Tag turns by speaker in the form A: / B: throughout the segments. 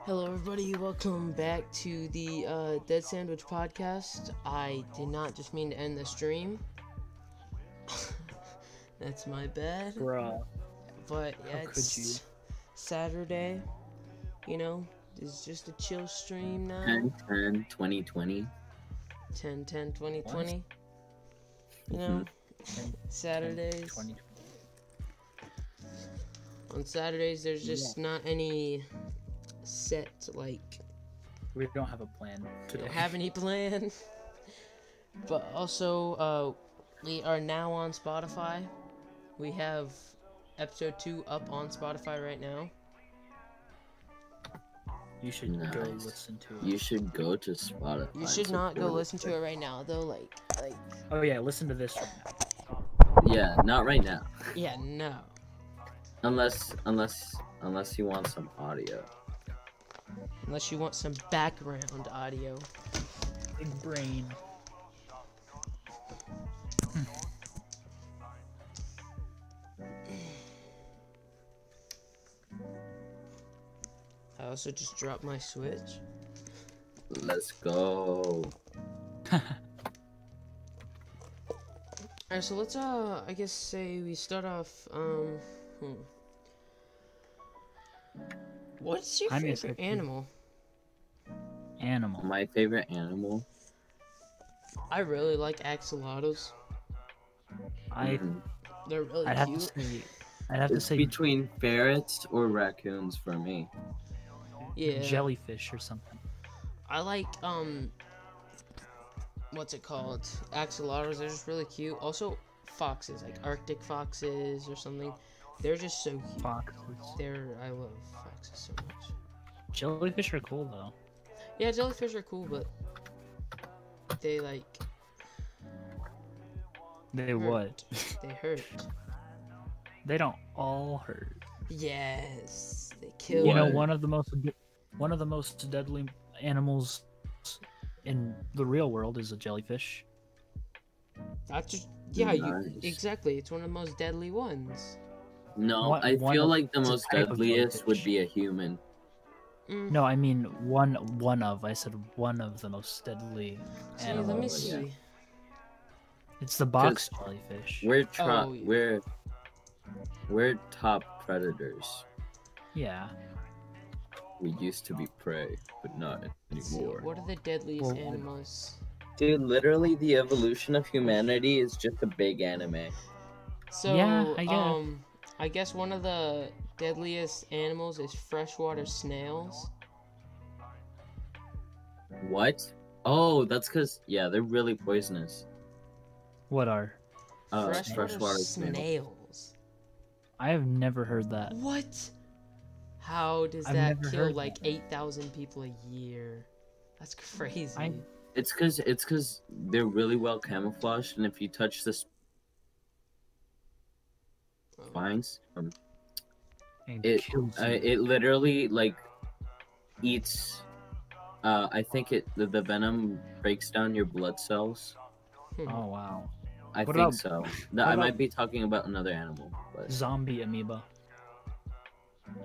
A: Hello, everybody. Welcome back to the uh, Dead Sandwich podcast. I did not just mean to end the stream. That's my bad.
B: Bruh.
A: But yeah,
B: How could
A: it's
B: you?
A: Saturday. You know, it's just a chill stream now.
C: 10, 10, 20, 20.
A: 10, 10, 20,
B: What?
A: 20. You know, Saturdays.
B: 20.
A: On Saturdays, there's
B: Yeah.
A: just not any set, like,
B: We don't have a plan today.
A: don't have any plan. but also, uh, we are now on Spotify. We have episode two up on Spotify right now.
B: you should go
C: Nice.
B: listen to it.
C: You should go to Spotify.
A: You should not go
C: support
A: listen to it
C: the-
A: right now, though. Like, like,
B: Oh yeah, listen to this. Right now.
C: Yeah, not right now.
A: yeah, no.
C: Unless, unless, unless you want some audio.
A: Unless you want some background audio.
B: Big brain.
A: I also just dropped my Switch.
C: Let's go.
A: All right, so let's uh, I guess say we start off. Um, hmm. what's your
B: I'm gonna
A: favorite
B: say-
A: animal?
B: Animal.
C: My favorite animal.
A: I really like axolotls.
B: I
C: Mm,
A: They're really
B: I'd have to
A: cute.
B: say I'd have to
C: It's
B: say
C: between ferrets or raccoons for me.
A: Yeah.
B: jellyfish or something.
A: I like um what's it called? Axolotls, they're just really cute. Also foxes, like Arctic foxes or something. They're just so cute.
B: Fox.
A: They're I love foxes so much.
B: Jellyfish are cool though.
A: Yeah, jellyfish are cool, but they like
B: They
A: Hurt.
B: what?
A: they hurt.
B: They don't all hurt.
A: Yes. They kill
B: You know,
C: What?
B: one of the most one of the most deadly animals in the real world is a jellyfish.
A: That's just yeah, you
C: Nice.
A: exactly. It's one of the most deadly ones.
C: No,
B: What-
C: I
B: one
C: feel
B: of-
C: like the
B: it's a
C: most
B: type of
C: deadliest would
B: jellyfish.
C: be a human.
A: Mm.
B: No, I mean one one of. I said one of the most deadly
A: See, let me
B: animals.
A: see.
C: yeah.
B: It's the box jellyfish.
C: We're top.
A: Oh, yeah.
C: We're we're top predators.
B: Yeah.
C: We used to be prey, but not
A: Let's see,
C: anymore.
A: What are the deadliest
B: Well, what-
A: animals?
C: Dude, literally, the evolution of humanity is just a big anime.
A: So,
B: Yeah, I guess.
A: um, I guess one of the deadliest animals is freshwater snails.
C: What? Oh, that's because yeah, they're really poisonous.
B: What are?
C: Uh,
A: freshwater,
C: freshwater snail.
A: snails.
B: I have never heard that.
A: What? How does
B: I've
A: that
B: never
A: kill
B: heard
A: like
B: that.
A: 8,000 people a year? That's crazy.
C: It's because it's because they're really well camouflaged, and if you touch the
A: Oh,
C: spines, um,
B: And
C: it
B: kills
C: uh,
B: you.
C: it literally like eats. Uh, I think it the, the venom breaks down your blood cells.
A: hmm.
B: oh wow.
C: I
B: What
C: think
B: about-
C: so.
B: what
C: That, I might
B: about-
C: be talking about another animal, but
B: Zombie amoeba.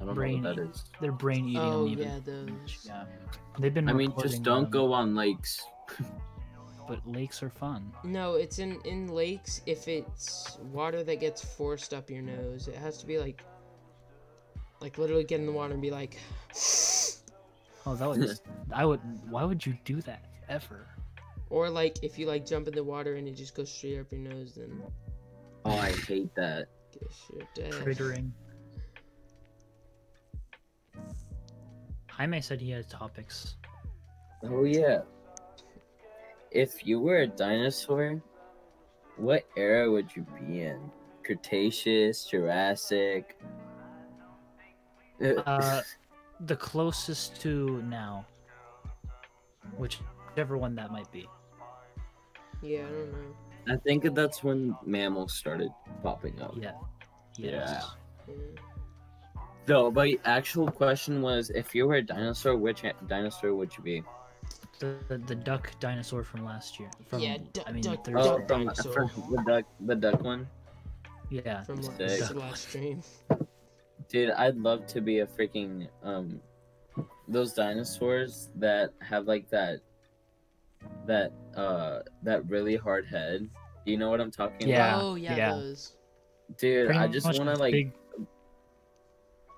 C: I don't
B: brain
C: know what that is.
B: They're brain eating
A: Oh,
B: amoeba.
A: yeah, those.
B: Yeah. They've been
C: I mean,
B: reporting
C: just don't
B: them,
C: go on lakes.
B: but lakes are fun.
A: No, it's in in lakes if it's water that gets forced up your nose. It has to be like like literally get in the water and be like
B: Oh that was I would why would you do that ever?
A: Or like if you like jump in the water and it just goes straight up your nose, then
C: Oh, I hate that.
A: guess you're dead.
B: Triggering. Jaime said he had topics.
C: Oh yeah. If you were a dinosaur, what era would you be in? Cretaceous, Jurassic.
B: Uh, the closest to now, whichever one that might be.
A: Yeah, I don't know.
C: I think that's when mammals started popping up.
B: Yeah.
C: Yeah.
B: Yes.
A: Yeah.
C: No, my actual question was: If you were a dinosaur, which a- dinosaur would you be?
B: The, the the duck dinosaur from last year. From,
A: Yeah, du-
B: I mean,
A: duck-
B: Thursday.
C: Oh,
A: Duck
C: from,
A: dinosaur.
C: from the duck, the duck one.
B: yeah.
A: From last,
C: Sick.
A: last stream.
C: Dude, I'd love to be a freaking um, those dinosaurs that have like that that uh that really hard head. Do you know what I'm talking
B: Yeah,
C: about?
A: oh yeah,
B: yeah.
A: those.
C: Dude,
B: Pretty
C: I just
B: much
C: wanna like
B: big-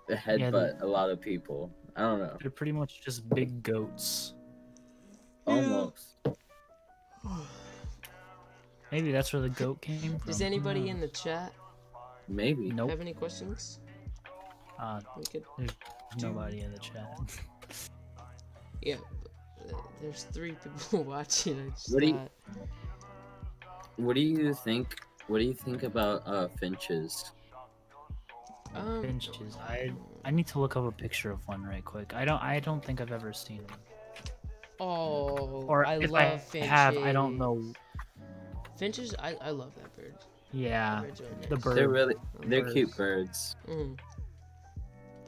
C: headbutt a lot of people. I don't know.
B: they're pretty much just big goats.
A: Yeah.
C: Almost.
B: Maybe that's where the goat came from. Hmm.
A: Does anybody in the chat
C: Maybe.
B: Mm. Nope.
A: have any questions?
B: Uh,
A: We could.
B: nobody in the chat.
A: Yeah. uh, There's three people watching. I just
C: What do you-
A: thought-
C: What do you think what do you think about uh finches?
A: Um,
B: Finches. I I need to look up a picture of one right quick. I don't I don't think I've ever seen one.
A: oh,
B: Or
A: I
B: if
A: love
B: I
A: finches.
B: have, I don't know.
A: Finches, I, I love that bird.
B: Yeah,
A: Birds are
B: Ah, the
A: nice.
B: bird.
C: They're really
A: Um,
C: they're
B: Birds.
C: cute birds.
A: mm,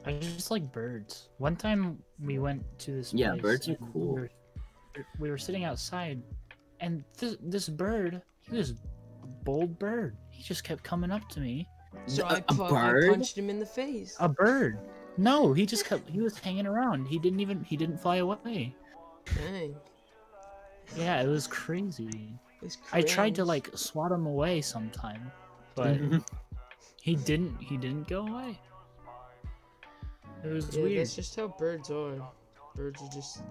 B: I just like birds. One time we went to this.
C: Yeah,
B: place
C: birds are
B: and
C: cool.
B: We were, we were sitting outside, and this this bird, he was a bold bird. He just kept coming up to me.
A: So
C: A-
A: I,
C: a
A: pu- I
C: bird?
A: punched him in the face.
B: A bird? No, he just kept. He was hanging around. He didn't even. He didn't fly away.
A: Dang.
B: Yeah, it was crazy.
A: It's
B: I tried to
A: cringe.
B: like swat him away sometime, but
C: Mm-hmm.
B: he didn't. He didn't go away. It was
A: Yeah,
B: weird.
A: that's just how birds are. Birds are just.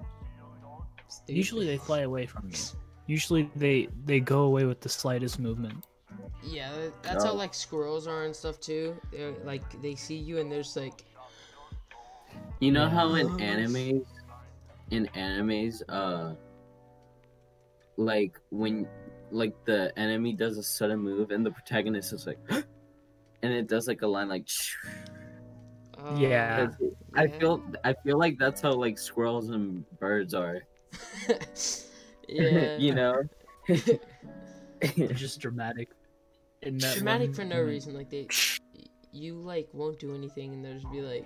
A: Stupid.
B: Usually they fly away from you. Usually they they go away with the slightest movement.
A: Yeah, that- that's how
C: No.
A: like squirrels are and stuff too. They're like they see you and there's like
C: You know how in
A: Yeah.
C: animes, in animes, uh, like when, like the enemy does a sudden move and the protagonist is like, and it does like a line like,
A: uh,
B: Yeah.
C: I
A: yeah.
C: feel, I feel like that's how like squirrels and birds are.
A: yeah.
C: you know.
B: They're just dramatic. In that
A: Dramatic
B: one
A: for no
B: moment.
A: reason. Like they, you like won't do anything and they'll just be like,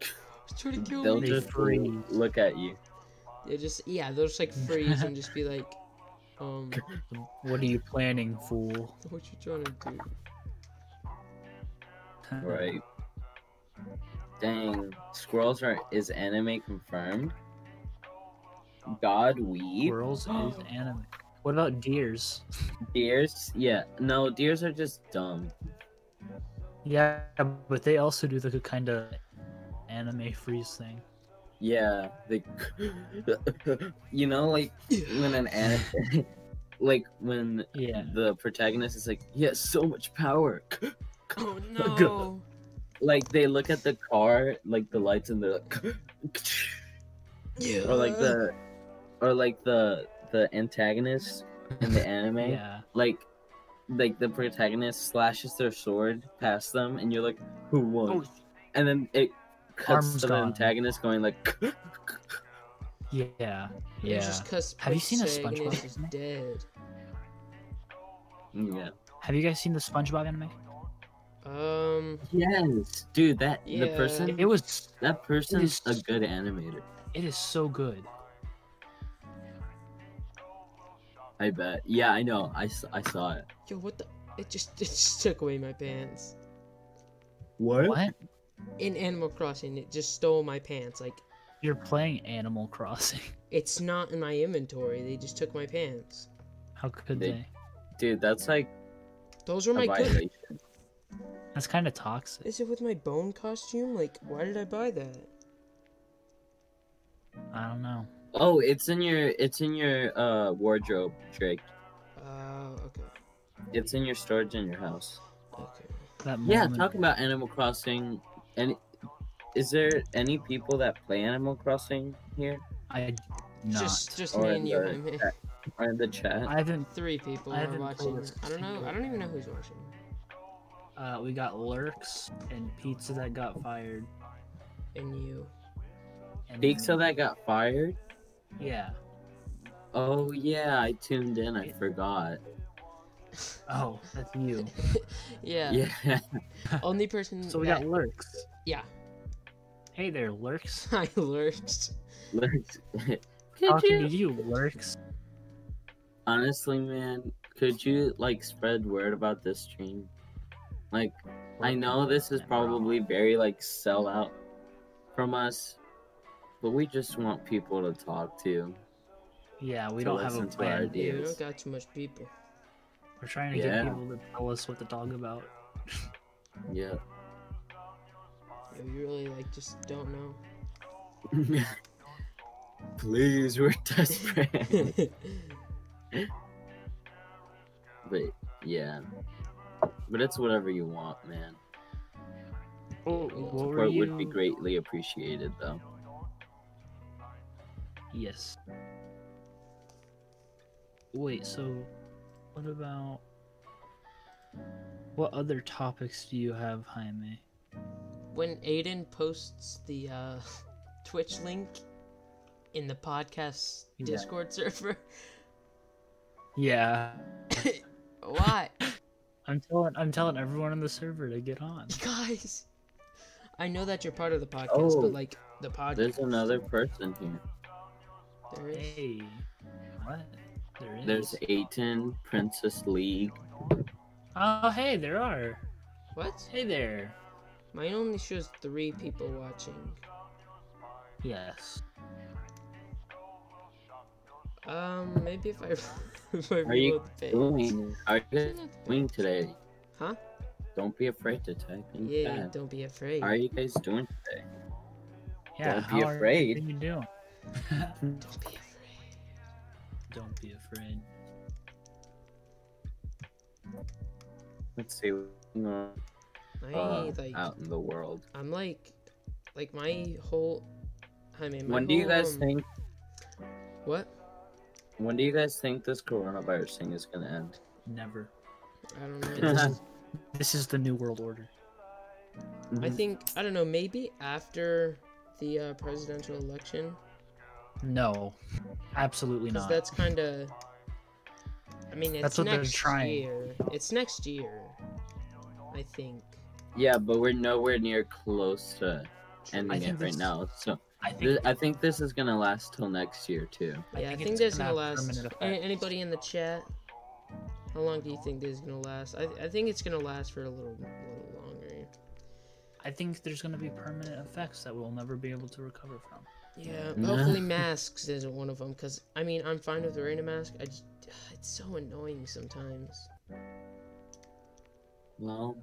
A: "He's trying to kill
C: They'll
A: me."
B: They
C: just
B: freeze.
C: look at you.
A: They just yeah, they'll just like freeze and just be like, um,
B: What are you planning, fool?
A: what you trying to do?
C: Right. Dang, squirrels are is anime confirmed? God weep.
B: Squirrels is anime. What about deers?
C: Deers? Yeah. No, deers are just dumb.
B: Yeah, but they also do the kind of anime freeze thing.
C: Yeah. They, you know, like when an anime, like when
B: Yeah.
C: the protagonist is like, he has so much power.
A: Oh no!
C: Like they look at the car, like the lights, and they're like,
A: Yeah.
C: or like the, or like the the antagonist in the anime.
B: Yeah.
C: like like the protagonist slashes their sword past them and you're like who won and then it cuts
B: Oh. Arm's
C: to the
B: gone.
C: antagonist going like
B: Yeah.
A: It
B: Yeah.
A: was just 'cause
B: Have you seen a
A: protagonist
B: SpongeBob
A: was
B: anime?
A: dead.
C: yeah
B: Have you guys seen the SpongeBob anime?
A: Um,
C: yes dude that the
A: Yeah.
C: person
B: It was.
C: that person's a
B: is-
C: good animator
B: It is so good.
C: i bet yeah i know i, s- I saw it
A: yo, what the? It just it just took away my pants.
B: What?
A: In Animal Crossing, it just stole my pants. Like
B: You're playing Animal Crossing.
A: it's not in my inventory. They just took my pants.
B: How could
C: They-
B: they?
C: dude that's like
A: Those
B: Oh
A: were
C: a
A: my good.
C: violation
B: That's kind of toxic.
A: Is it with my bone costume? Like, why did I buy that?
B: I don't know.
C: oh it's in your it's in your uh wardrobe drake
A: Uh, okay,
C: it's in your storage in your house
B: Oh
A: okay.
B: That
C: Yeah,
B: moment-
C: talking about Animal Crossing, and is there any people that play Animal Crossing here
B: I not.
A: Just just
C: Or
A: me and you.
C: the-
A: I mean,
C: or in the chat?
B: I haven't.
A: three people
B: I
A: are
B: haven't played
A: watching.
B: this
A: I don't know. I don't even know who's watching.
B: Uh, we got lurks and pizza that got fired.
A: And you.
B: And
C: Pizza that got fired?
B: Yeah.
C: Oh yeah, I tuned in. I forgot.
B: Oh, that's you.
A: Yeah.
C: Yeah,
A: Only person.
B: So we
A: that-
B: got lurks.
A: Yeah.
B: Hey there, lurks.
A: I lurched.
C: Lurks-
B: Talking to you, lurks.
C: honestly, man, could you like spread word about this stream? Like, I know this is probably very like sellout from us, But we just want people to talk to.
B: Yeah, we
C: To
B: don't have a
C: listen to
B: plan.
C: our
A: Yeah, we
C: Yes.
A: don't got too much people.
B: We're trying to
C: Yeah.
B: get people to tell us what to talk about.
C: Yeah.
A: Yeah, we really like just don't know.
C: Please, we're desperate. but yeah. But it's whatever you want, man.
B: Oh, what were
C: Support
B: you?
C: would be greatly appreciated, though.
B: Yes. Wait, so what about what other topics do you have, Jaime?
A: when Aiden posts the uh, Twitch link in the podcast
B: Yeah.
A: Discord server,
B: Yeah.
A: why,
B: I'm telling I'm telling everyone on the server to get on.
A: guys? I know that you're part of the podcast,
C: Oh.
A: but like the podcast.
C: There's another person here.
A: There is.
B: Hey. What? There is.
C: There's Aiton, Princess League.
B: Oh hey, there are.
A: What?
B: Hey there.
A: Mine only shows three people watching.
B: Yes.
A: Um, maybe if I if I
C: Are you
A: reload the page.
C: Doing, are you
A: Isn't it-
C: doing today?
A: Huh?
C: Don't be afraid to type in
A: Yeah,
C: chat.
A: don't be afraid.
C: How are you guys doing today?
B: Yeah,
C: Don't be
B: how are-
C: afraid.
B: What are you doing?
A: Don't be afraid.
B: Don't be afraid.
C: Let's see what's going on,
A: I
C: uh,
A: like
C: out in the world.
A: I'm like like my whole I mean my
C: When do you
A: whole,
C: guys
A: um,
C: think?
A: what?
C: When do you guys think this coronavirus thing is gonna end?
B: Never.
A: I don't know.
B: This is the new world order.
C: Mm-hmm.
A: I think I don't know, maybe after the uh, presidential election
B: No. Absolutely
A: cuz
B: not.
A: that's kind of I mean, it's
B: That's what they're
A: next
B: trying.
A: year. It's next year. I think.
C: Yeah, but we're nowhere near close to ending
B: think
C: it right
B: this-
C: now. So
B: I
C: th-
B: think
C: I think this is gonna last till next year too.
A: yeah, I
B: think
A: think
B: it's
A: this is
B: gonna
A: gonna
B: have
A: last.
B: permanent
A: A- Anybody in the chat? How long do you think this is gonna last? I, I think it's gonna last for a little, little longer.
B: I think there's going to be permanent effects that we'll never be able to recover from.
A: Yeah.
C: Yeah.
A: Hopefully, masks isn't one of them. Cause I mean, I'm fine with wearing a mask. I just, it's so annoying sometimes.
C: Well,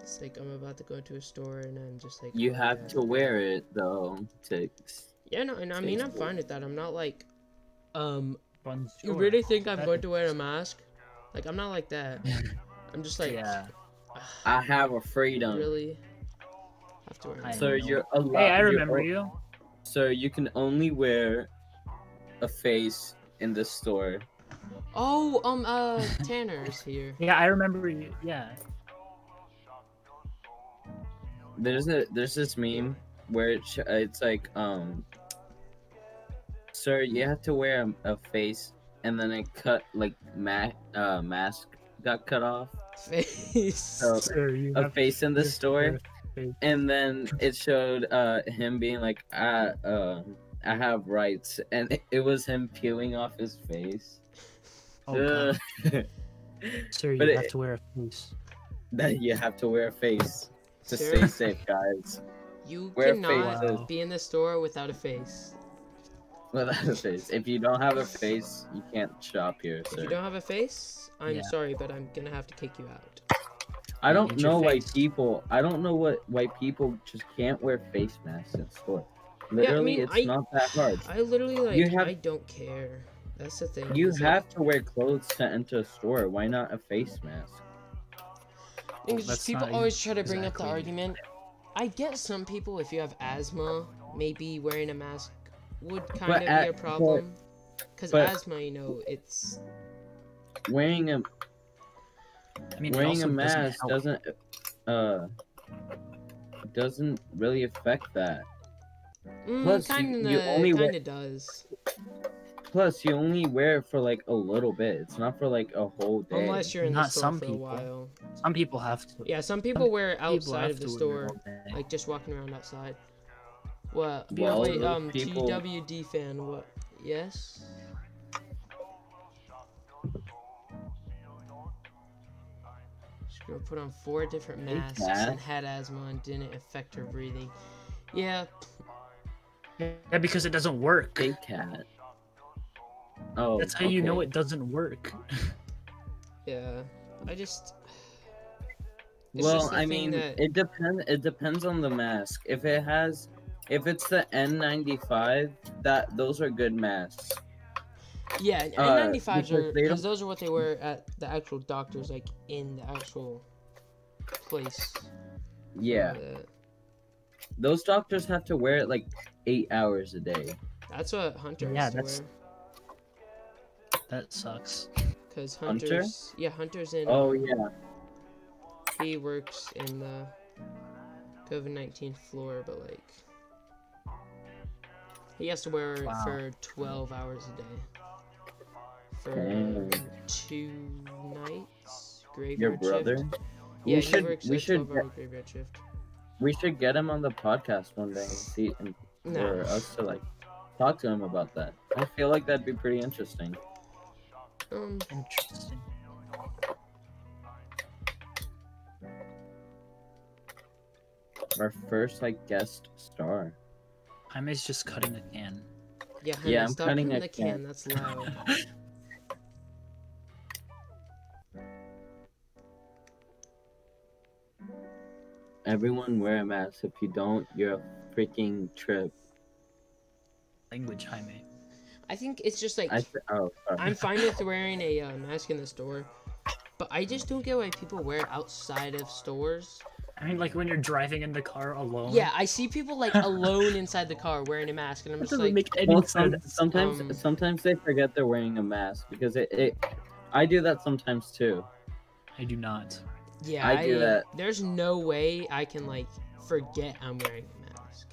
A: It's like I'm about to go to a store and I'm just like.
C: you
A: oh,
C: have
A: yeah.
C: to wear it though to s-
A: Yeah, no, and I mean, I'm
C: Tastes
A: fine with that. I'm not like, um,
B: Bonjour.
A: you really think I'm
B: That
A: going to wear a
B: is-
A: mask? Like, I'm not like that. I'm just like.
B: yeah.
A: "Ah,
C: I um, have a freedom.
A: Really. Have to wear a
B: I
A: mask.
C: So
B: know.
C: you're allowed.
B: Hey, I
C: you're
B: remember
C: o-
B: you.
C: So you can only wear a face in the store.
A: Oh, um, uh, Tanner's here.
B: Yeah, I remember you. Yeah.
C: There's a there's this meme where it sh- it's like um, sir, you have to wear a, a face, and then it cut like ma- uh, mask got cut off.
A: Face.
C: So
B: Sir, you
C: a
B: have-
C: face in the store,
B: face.
C: and then it showed uh him being like I uh I have rights, and it, it was him peeling off his face.
B: Oh, God.
C: Ugh.
B: Sir, you
C: Uh, but it-
B: have to wear a face.
C: that you have to wear a face to
A: Sir?
C: stay safe, guys.
A: You
C: Wear
A: cannot
C: faces
B: Wow.
A: be in the store without a face.
C: without a face. If you don't have a face, you can't shop here,
A: If you
C: sir.
A: don't have a face, I'm
B: Yeah.
A: sorry, but I'm gonna have to kick you out.
C: I don't
B: Need your
C: know why
B: face.
C: people. I don't know what why people just can't wear face masks in store. Literally,
A: mean,
C: it's
A: I-
C: not that hard.
A: I literally like
C: You have-
A: I don't care. That's the thing.
C: You
A: it's
C: have to wear clothes to enter a store. Why not a face mask?
A: Like, things-
B: That's
A: people
B: not
A: always try to bring up the
B: exactly-
A: argument. I get some people if you have asthma, maybe wearing a mask would kind
C: But
A: of
C: at-
A: be a
C: but-
A: problem. Because
C: but-
A: asthma, you know, it's
C: Wearing a
B: I mean, it
C: wearing
B: also
C: a
B: doesn't
C: mask
B: help.
C: doesn't uh doesn't really affect that.
A: mm,
C: Plus, you-
A: kind
C: you
A: of
C: only wear-
A: kind of does.
C: Plus, you only wear it for like a little bit. It's not for like a whole day.
A: Unless you're in the
B: Not
A: store
B: some
A: for a
B: people.
A: while.
B: Some people have to.
A: Yeah, some people wear it outside of the store, like just walking around outside. What?
C: Well,
A: wait,
C: those
A: um,
C: people-
A: TWD fan. What? Yes. She girl put on four different
C: Hey,
A: masks
C: Kat.
A: and had asthma and didn't affect her breathing. Yeah,
B: Yeah, because it doesn't work.
C: Big cat. Oh,
B: That's how you know
C: okay.
B: it doesn't work.
A: Yeah. I just. It's
C: Well,
A: just the
C: I
A: thing
C: mean,
A: that-
C: it depends. It depends on the mask. If it has, if it's the N95, that those are good masks.
A: Yeah, and
C: Uh,
A: N95s are
C: because they
A: because
C: don't-
A: those are what they wear at the actual doctors, like in the actual place.
C: Yeah,
A: Uh,
C: those doctors have to wear it like eight hours a day.
A: that's what Hunter
B: Yeah,
A: has to
B: that's-
A: wear.
B: That sucks.
A: Because
C: Hunter?
A: Hunter's yeah, Hunter's in
C: Oh yeah,
A: he works in the COVID nineteen floor, but like he has to wear it
B: Wow.
A: for twelve hours a day. For
C: Dang.
A: two nights, graveyard
C: your
A: shift.
C: brother.
A: Yeah,
C: we
A: he
C: should
A: works
C: we
A: a
C: should
A: 12 hour graveyard shift.
C: we should get him on the podcast one day and see and
A: No.
C: for us to like talk to him about that. I feel like that'd be pretty interesting.
A: Um,
B: Interesting.
C: Our first like guest star.
B: Jaime's just cutting the can.
A: yeah,
C: Yeah,
A: yeah
C: I'm
A: stop
C: cutting
A: in
C: a
A: the can.
C: can.
A: That's loud.
C: Everyone wear a mask. If you don't, you're a freaking trip.
B: Language, Jaime.
A: I think it's just like
C: I th- oh sorry.
A: I'm fine with wearing a uh, mask in the store, but I just don't get why people wear it outside of stores.
B: I mean, like when you're driving in the car alone.
A: Yeah, I see people like alone inside the car wearing a mask, and I'm
B: That
A: just
B: doesn't
A: like,
B: make any
C: Well, some-
B: sense.
C: sometimes
A: um,
C: sometimes they forget they're wearing a mask because it, it I do that sometimes too.
B: I do not.
A: yeah,
C: I do that.
A: There's no way I can like forget I'm wearing a mask.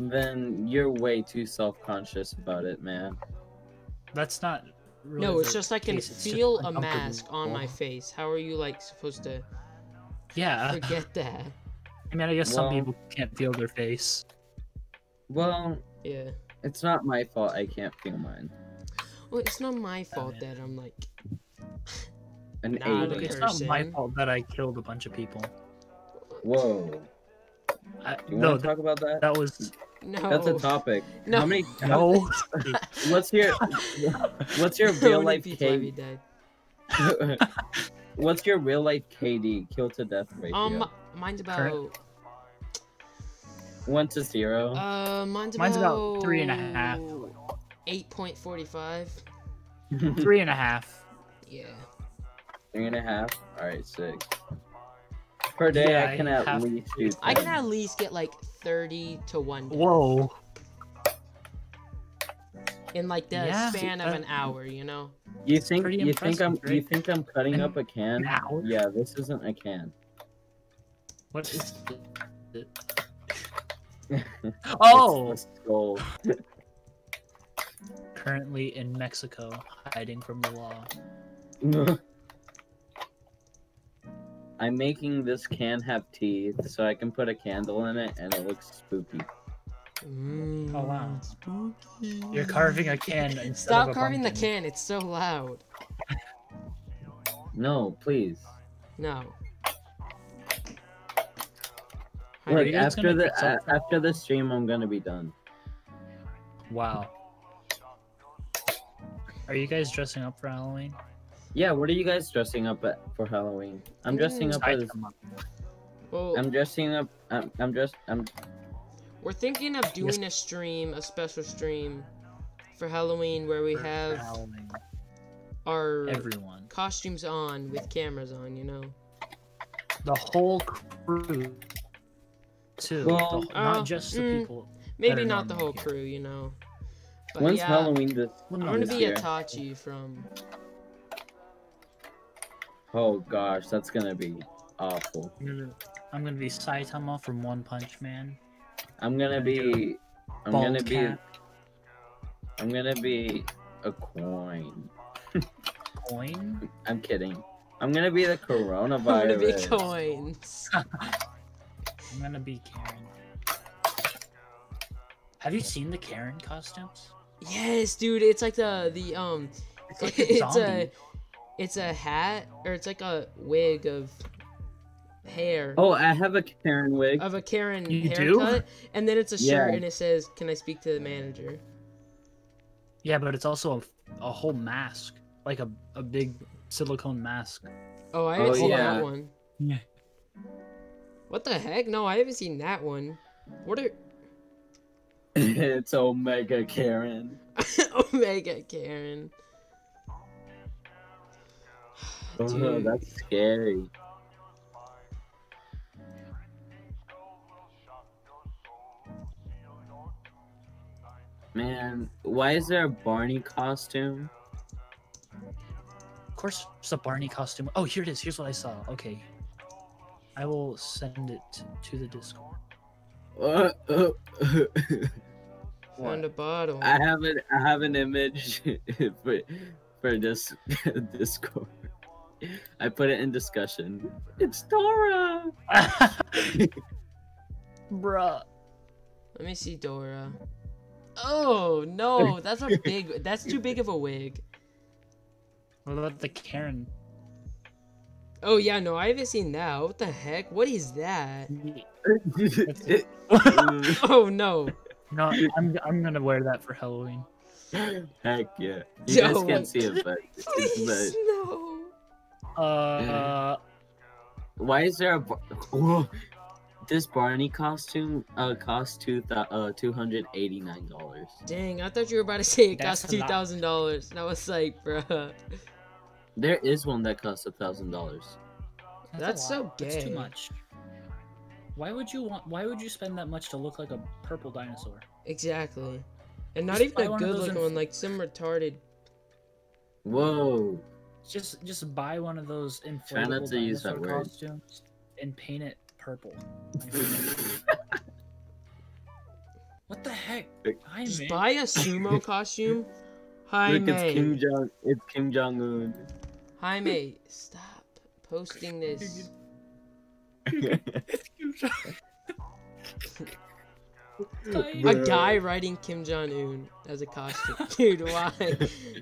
C: Then you're way too self-conscious about it, man.
B: That's not. Really
A: no, it's
B: the
A: just I can
B: case, it's just
A: feel a
B: uncomfortable.
A: mask on my face. How are you like supposed to
B: Yeah.
A: forget that?
B: I mean, I guess some
C: Well-
B: people can't feel their face.
C: Well,
A: Yeah.
C: it's not my fault I can't feel mine.
A: Well, it's not my fault
B: man.
A: that I'm like,
C: An
A: Nah,
C: alien.
A: Really?
B: it's not my
A: Person.
B: fault that I killed a bunch of people.
C: Whoa.
B: I,
C: You
B: no,
C: want to
B: that,
C: talk about that?
B: that was
A: no.
C: That's a topic.
A: Oh. No.
C: How many? how-
B: no.
C: What's your What's your
A: How
C: real
A: many
C: life
A: people have you
C: K?
A: died?
C: What's your real life KD? Kill to death ratio.
A: Um, mine's about.
C: One to zero.
A: Uh, mine's about.
B: Mine's about three and a half.
A: Eight point forty-five. uh,
C: Three
B: Three and a half.
A: Yeah.
C: and a half. All right, six. Per day,
B: Yeah,
C: I can
B: you
C: at
B: have to
C: least do.
A: I can
C: 10.
A: at least get like thirty to one day
B: Whoa.
A: in like the
B: Yeah.
A: span of
B: Uh,
A: an hour. You know.
C: You think?
B: pretty
C: You think
B: impressive,
C: I'm? You
B: right?
C: think I'm cutting up a can?
B: Now.
C: Yeah, this isn't a can.
B: What is it?
C: It's
B: Oh,
C: a skull.
B: currently in Mexico, hiding from the law.
C: I'm making this can have teeth, so I can put a candle in it, and it looks spooky.
A: Mm,
B: Oh, wow.
A: Spooky.
B: You're carving a can. Instead of
A: Mm. Stop
B: a
A: carving the
B: pumpkin.
A: can. It's so loud.
C: No, please.
A: No.
B: Are
C: Like
B: you guys
C: after
B: gonna
C: the
B: make something?
C: a- after the stream, I'm gonna be done.
B: Wow. Are you guys dressing up for Halloween?
C: Yeah, what are you guys dressing up at for Halloween? I'm dressing up
B: I
C: as
B: am.
A: Well,
C: I'm dressing up. I'm, I'm dressed. I'm.
A: we're thinking of doing a stream, a special stream, for Halloween where we
B: for
A: have
B: Halloween.
A: our
B: everyone,
A: costumes on with cameras on. You know.
B: the whole crew, too. The
C: Well,
B: wh- not
A: uh,
B: just the
A: mm,
B: people.
A: Maybe
B: better
A: not the
B: known
A: whole
B: here.
A: crew, you know. But
C: When's
A: yeah,
C: Halloween this?
A: I'm
B: Well, no,
A: gonna
C: this
B: this
A: be
C: year?
A: Itachi from.
C: Oh gosh, that's gonna be awful.
B: I'm gonna- I'm gonna be Saitama from One Punch Man.
C: I'm gonna be. I'm
B: Bald
C: gonna be.
B: cap,
C: I'm gonna be a coin.
B: coin.
C: I'm kidding. I'm gonna be the coronavirus.
A: I'm gonna be coins.
B: I'm gonna be Karen. Have you seen the Karen costumes?
A: yes, dude. It's like the the um.
B: It's like a
A: It's
B: zombie.
A: a. It's a hat, or it's like a wig of hair
C: Oh, I have a Karen wig.
A: of a Karen
B: You do?
A: haircut, and then it's a
C: Yeah.
A: shirt and it says, "Can I speak to the manager?"
B: Yeah, but it's also a, a whole mask, like a, a big silicone mask.
A: Oh, I
C: Oh,
A: haven't seen
C: yeah.
A: that one.
B: Yeah.
A: What the heck? No, I haven't seen that one. What are
C: it's Omega Karen.
A: Omega Karen?
C: Oh, no,
A: Dude.
C: that's scary. Man, why is there a Barney costume?
B: Of course, it's a Barney costume. Oh, here it is. Here's what I saw. Okay. I will send it to the Discord.
C: Uh, uh,
A: Found a bottle.
C: I have an I have an image for for this Discord. I put it in discussion. It's Dora.
B: Bruh.
A: Let me see Dora. Oh no, that's a big. That's too big of a wig.
B: What about the Karen?
A: Oh yeah, no, I haven't seen that. What the heck? What is that? Oh no.
B: No, I'm, I'm gonna wear that for Halloween.
C: Heck yeah! You guys
A: Yo.
C: can't see it, but,
A: Please
C: but
A: no.
B: Uh,
C: why is there a bar- Whoa. this Barney costume? Uh, cost two th- uh two hundred eighty nine dollars.
A: Dang, I thought you were about to say it
B: That's
A: cost
B: a
A: two
B: lot.
A: thousand dollars, and I was like, bruh.
C: There is one that costs a thousand dollars.
B: a
A: That's so
B: lot. That's too
A: gay.
B: much. Why would you want? Why would you spend that much to look like a purple dinosaur?
A: Exactly. And not
B: Just buy
A: even a
B: one of
A: good
B: those
A: looking
B: in-
A: one, like some retarded.
C: Whoa!
B: Just just buy one of those inflatable
C: Try not to use that
B: dinosaur
C: word.
B: costumes and paint it purple. what the heck? Hi,
A: Just
B: man.
A: buy a sumo costume. Hi,
C: Look, it's Kim
A: May.
C: Jong. It's Kim Jong Un.
A: Hi, May. Stop posting this. A
C: Bro.
A: guy riding Kim Jong Un as a costume. Dude, why?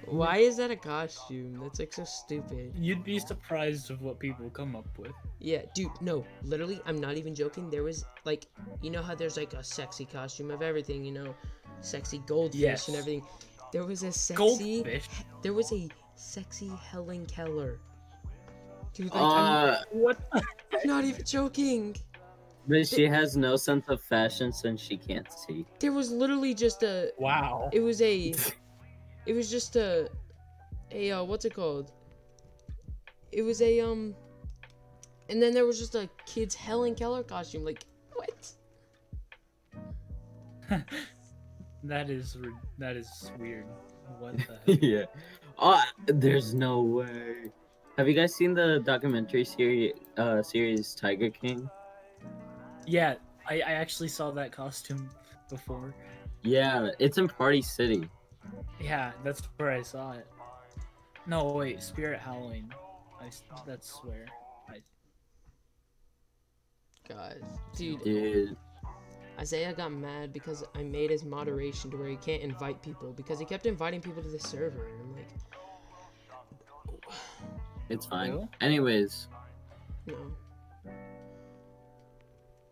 A: Why is that a costume? That's like so stupid.
B: You'd be surprised of what people come up with.
A: Yeah, dude, no, literally, I'm not even joking. There was like, you know how there's like a sexy costume of everything, you know, sexy goldfish
B: Yes.
A: and everything. There was a sexy,
B: Goldfish.
A: there was a sexy Helen Keller. Dude, like, I'm,
C: Uh,
B: What? the-
A: I'm not even joking.
C: but she has no sense of fashion since she can't see.
A: There was literally just a,
B: Wow.
A: it was a, it was just a, a uh, what's it called? It was a um, and then there was just a kid's Helen Keller costume. Like what?
B: That is re- that is weird. What the heck?
C: yeah. Oh, there's no way. Have you guys seen the documentary series, uh, series Tiger King?
B: Yeah, I, I actually saw that costume before.
C: Yeah, it's in Party City.
B: Yeah, that's where I saw it. No, wait, Spirit Halloween. I, s- that's where.
A: God, dude.
C: Dude,
A: Isaiah got mad because I made his moderation to where he can't invite people because he kept inviting people to the server. And I'm like,
C: it's fine.
B: Well?
C: Anyways,
A: no.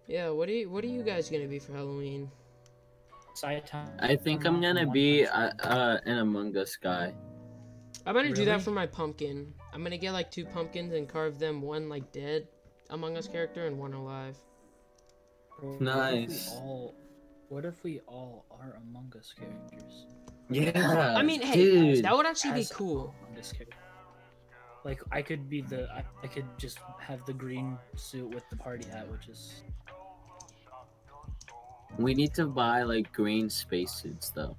A: Yeah, what are you, what are you guys gonna be for Halloween?
B: Saitama.
C: I think I'm gonna be uh, uh, an Among Us guy.
A: I'm gonna do that
B: Really?
A: for my pumpkin. I'm gonna get like two pumpkins and carve them one like dead Among Us character and one alive.
B: What if we
C: uh, Nice.
B: all- What if we all are Among Us characters?
C: Yeah.
A: I mean, hey,
C: dude.
A: that would actually be
B: As
A: cool.
B: Among Us characters. Like I could be the I, I could just have the green suit with the party hat, which is
C: we need to buy like green spacesuits though.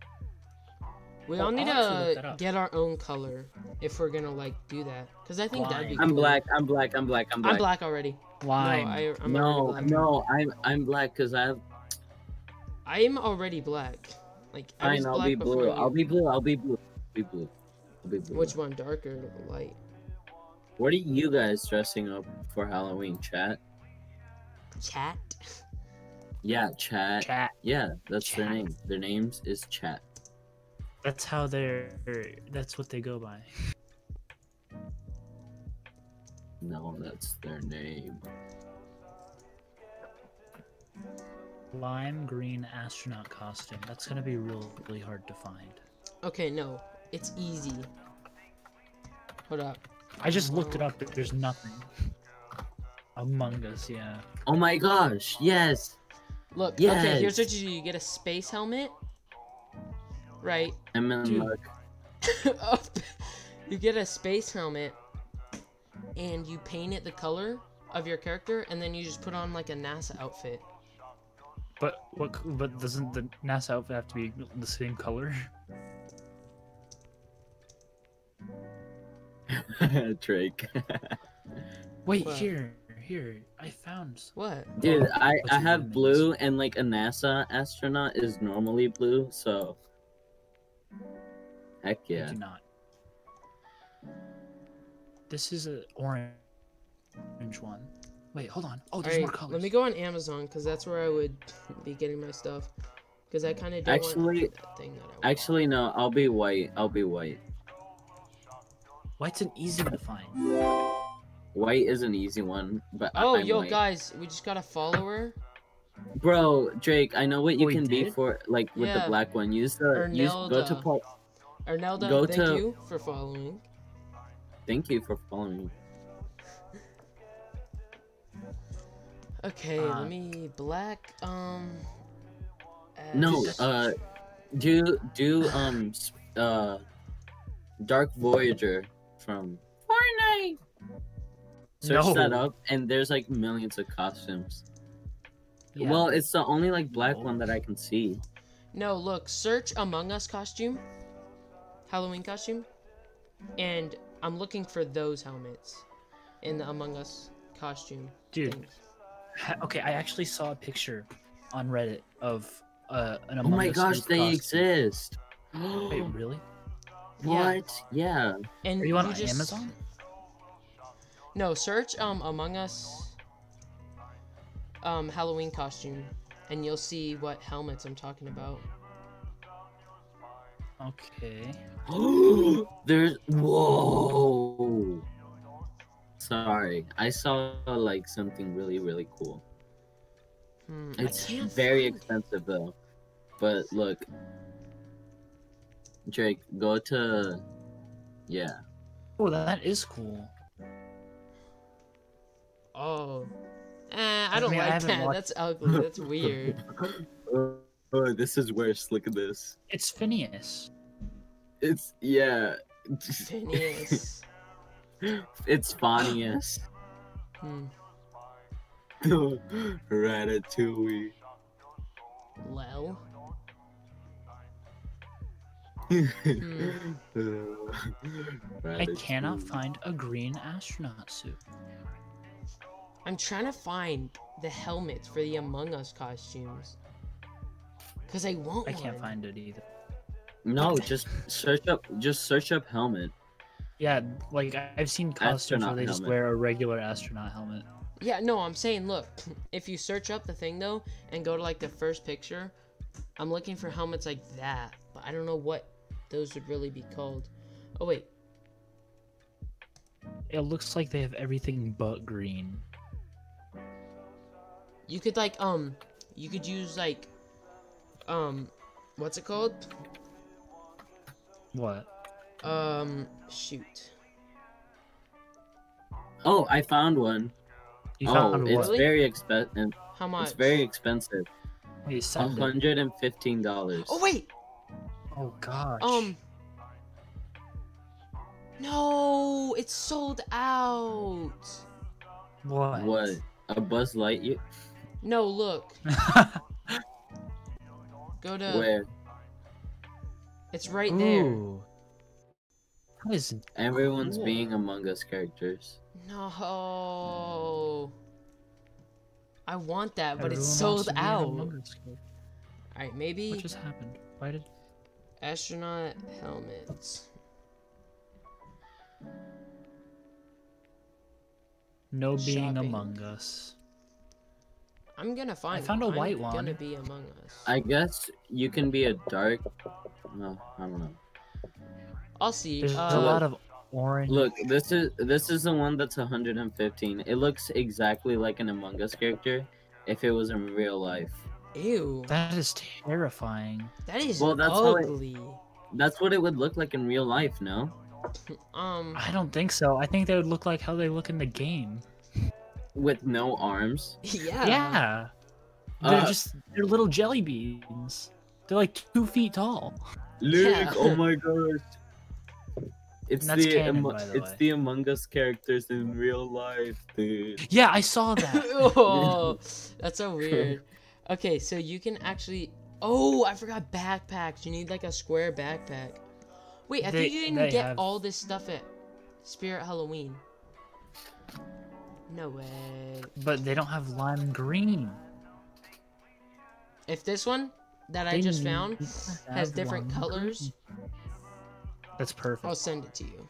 A: We
B: Oh,
A: all need
B: I'll actually look that
A: to
B: up.
A: get our own color if we're gonna like do that. Cause I think that'd be.
B: Lime.
C: I'm
A: cool.
C: black. I'm black. I'm black. I'm black.
A: I'm black already. No, I, I'm
C: no,
A: already black.
C: no, I'm I'm black because I have.
A: I'm already black. Like I was
C: Fine, I'll
A: black
C: be
A: before
C: blue.
A: you.
C: I'll be blue. I'll be blue. I'll be blue. I'll be blue.
A: Which one, dark or light?
C: What are you guys dressing up for Halloween, chat?
A: Chat.
C: Yeah, chat.
B: Chat.
C: Yeah, that's their
A: Chat.
C: name. Their names is chat.
B: That's how they're. That's what they go by.
C: No, that's their name.
B: lime green astronaut costume. That's gonna be real- really hard to find.
A: Okay, no, it's easy. Hold up.
B: I just looked it up, but there's nothing. Among Us, yeah.
C: Oh my gosh, yes.
A: Look, okay,
C: Yes.
A: here's what you do. You get a space helmet. Right.
C: I'm in
B: Dude.
C: luck.
A: up. You get a space helmet and you paint it the color of your character and then you just put on like a NASA outfit.
B: But what? c- But doesn't the NASA outfit have to be the same color?
C: Drake.
B: Wait,
A: What?
B: here, here. I found. s-
A: What?
C: Dude, I,
B: What's
C: I
B: your name?
C: have blue and like a NASA astronaut is normally blue, so heck
B: I
C: yeah.
B: do not. This is a orange one. Wait, hold on. Oh, there's
A: Alright,
B: more colors.
A: let me go on Amazon because that's where I would be getting my stuff. Because I kind of don't
C: Actually-
A: want that thing that I want.
C: Actually no, I'll be white. I'll be white.
B: White's an easy one to find.
C: White is an easy one, but I-
A: oh,
C: I'm
A: yo,
C: white.
A: guys, we just got a follower.
C: Bro, Drake, I know what you
B: Oh, he
C: can be
B: did?
C: for like with
A: Yeah.
C: the black one. Use the use, go to
A: Ernelda.
C: Paul.
A: Arnelda,
C: Go
A: thank
C: to-
A: you for following.
C: Thank you for following me.
A: Okay,
B: Uh,
A: let me black. Um.
C: No,
A: as-
C: uh, do do um s- uh, Dark Voyager from Fortnite. Search
B: No.
C: that up, and there's like millions of costumes.
B: Yeah.
C: Well, it's the only like black
B: No.
C: one that I can see.
A: No, look, search Among Us costume, Halloween costume, and I'm looking for those helmets in the Among Us costume.
B: dude.
A: thing.
B: ha- Okay, I actually saw a picture on Reddit of uh, an.
C: oh
B: Among
C: my
B: Us
C: gosh,
B: youth
C: they
B: costume.
C: exist.
B: Wait, really?
C: what? Yeah.
A: And
B: Are you on
A: just-
B: Amazon?
A: No, search um Among Us um Halloween costume, and you'll see what helmets I'm talking about.
B: Okay.
C: There's whoa. Sorry, I saw like something really really cool.
A: Hmm, I
C: It's
A: can't
C: very
A: find-
C: expensive though. But look, Drake, go to yeah.
B: Oh, that is cool.
A: Oh. Eh, I don't
B: mean, I
A: like
B: haven't
A: that.
B: watched-
A: That's ugly. That's weird.
C: oh, this is worse. Look at this.
B: It's Phineas.
C: It's yeah.
A: Phineas.
C: it's Fonnius.
A: Hmm.
C: Ratatouille.
A: Lel.
B: Hmm. I
C: I
B: cannot find a green astronaut suit.
A: I'm trying to find the helmets for the Among Us costumes. Cause I want
B: I can't
A: one.
B: find it either.
C: No, just search up. Just search up helmet.
B: Yeah, like I- I've seen costumes where
C: Astronaut
B: they just
C: helmet.
B: wear a regular astronaut helmet.
A: Yeah, no, I'm saying, look, if you search up the thing though and go to like the first picture, I'm looking for helmets like that, but I don't know what those would really be called. Oh wait,
B: It looks like they have everything but green.
A: you could like um, you could use like, um, what's it called?
B: What?
A: Um, shoot.
C: Oh, I found one.
B: You
C: oh,
B: found
C: it's
B: what?
A: Really?
C: very expensive.
A: How much?
C: It's very expensive.
B: Wait, send it.
C: hundred and fifteen dollars.
A: Oh wait,
B: Oh gosh.
A: um. No, it's sold out.
B: What?
C: What? A Buzz Lightyear?
A: No, look, go to.
C: Where?
A: It's right there.
B: Ooh. That is
C: Everyone's
B: Cool.
C: being Among Us characters.
A: No. I want that, but
B: everyone
A: it's
B: wants
A: sold
B: to be in
A: out.
B: Among Us group.
A: Alright, maybe
B: What just happened? Why did?
A: astronaut helmets.
B: No
A: Shopping.
B: being Among Us.
A: I'm gonna find
B: found a
A: one.
B: white
A: I'm
B: one.
A: gonna be among us.
C: I guess you can be a dark. No, I don't know.
A: I'll see.
B: There's
A: Uh,
B: a lot of orange.
C: Look, this is this is the one that's 115. It looks exactly like an Among Us character if it was in real life.
A: Ew.
B: That is terrifying.
A: that is
C: Well, that's how it-
A: ugly.
C: That's what it would look like in real life, no?
A: Um,
B: I don't think so. I think they would look like how they look in the game.
C: With no arms.
A: yeah.
B: Yeah. They're
C: Uh,
B: just they're little jelly beans. They're like two feet tall.
C: Luke,
A: Yeah.
C: oh my gosh. It's
B: That's
C: the,
B: canon,
C: Amo-
B: by the
C: it's
B: way.
C: the Among Us characters in real life, dude.
B: Yeah, I saw that.
A: oh, that's so weird. Okay, so you can actually. Oh, I forgot backpacks. You need like a square backpack. Wait, I
B: They-
A: think you didn't
B: they
A: get
B: have-
A: all this stuff at Spirit Halloween. No way.
B: but they don't have lime green.
A: If this one that I
B: They
A: just
B: need
A: found
B: to
A: has
B: have
A: different
B: lime
A: colors,
B: green. That's perfect.
A: I'll send it to you.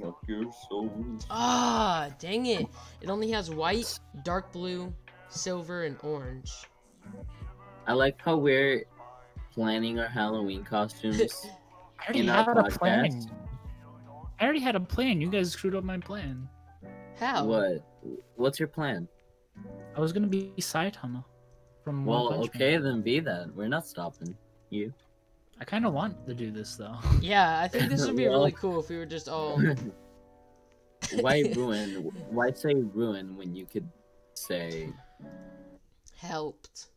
C: Fuck your soul.
A: Ah, dang it. It only has white, dark blue, silver, and orange.
C: I like how we're planning our Halloween costumes.
B: I already
C: in our
B: had a
C: podcast.
B: plan. I already had a plan. You guys screwed up my plan.
A: How?
C: What? What's your plan?
B: I was gonna be Saitama from One
C: Well,
B: Punch Man.
C: okay, then be that. We're not stopping you.
B: I kind of want to do this though.
C: Uh,
A: Yeah, I think this would be
C: Well-
A: really cool if we were just all.
C: Why ruin? Why say ruin when you could say
A: helped.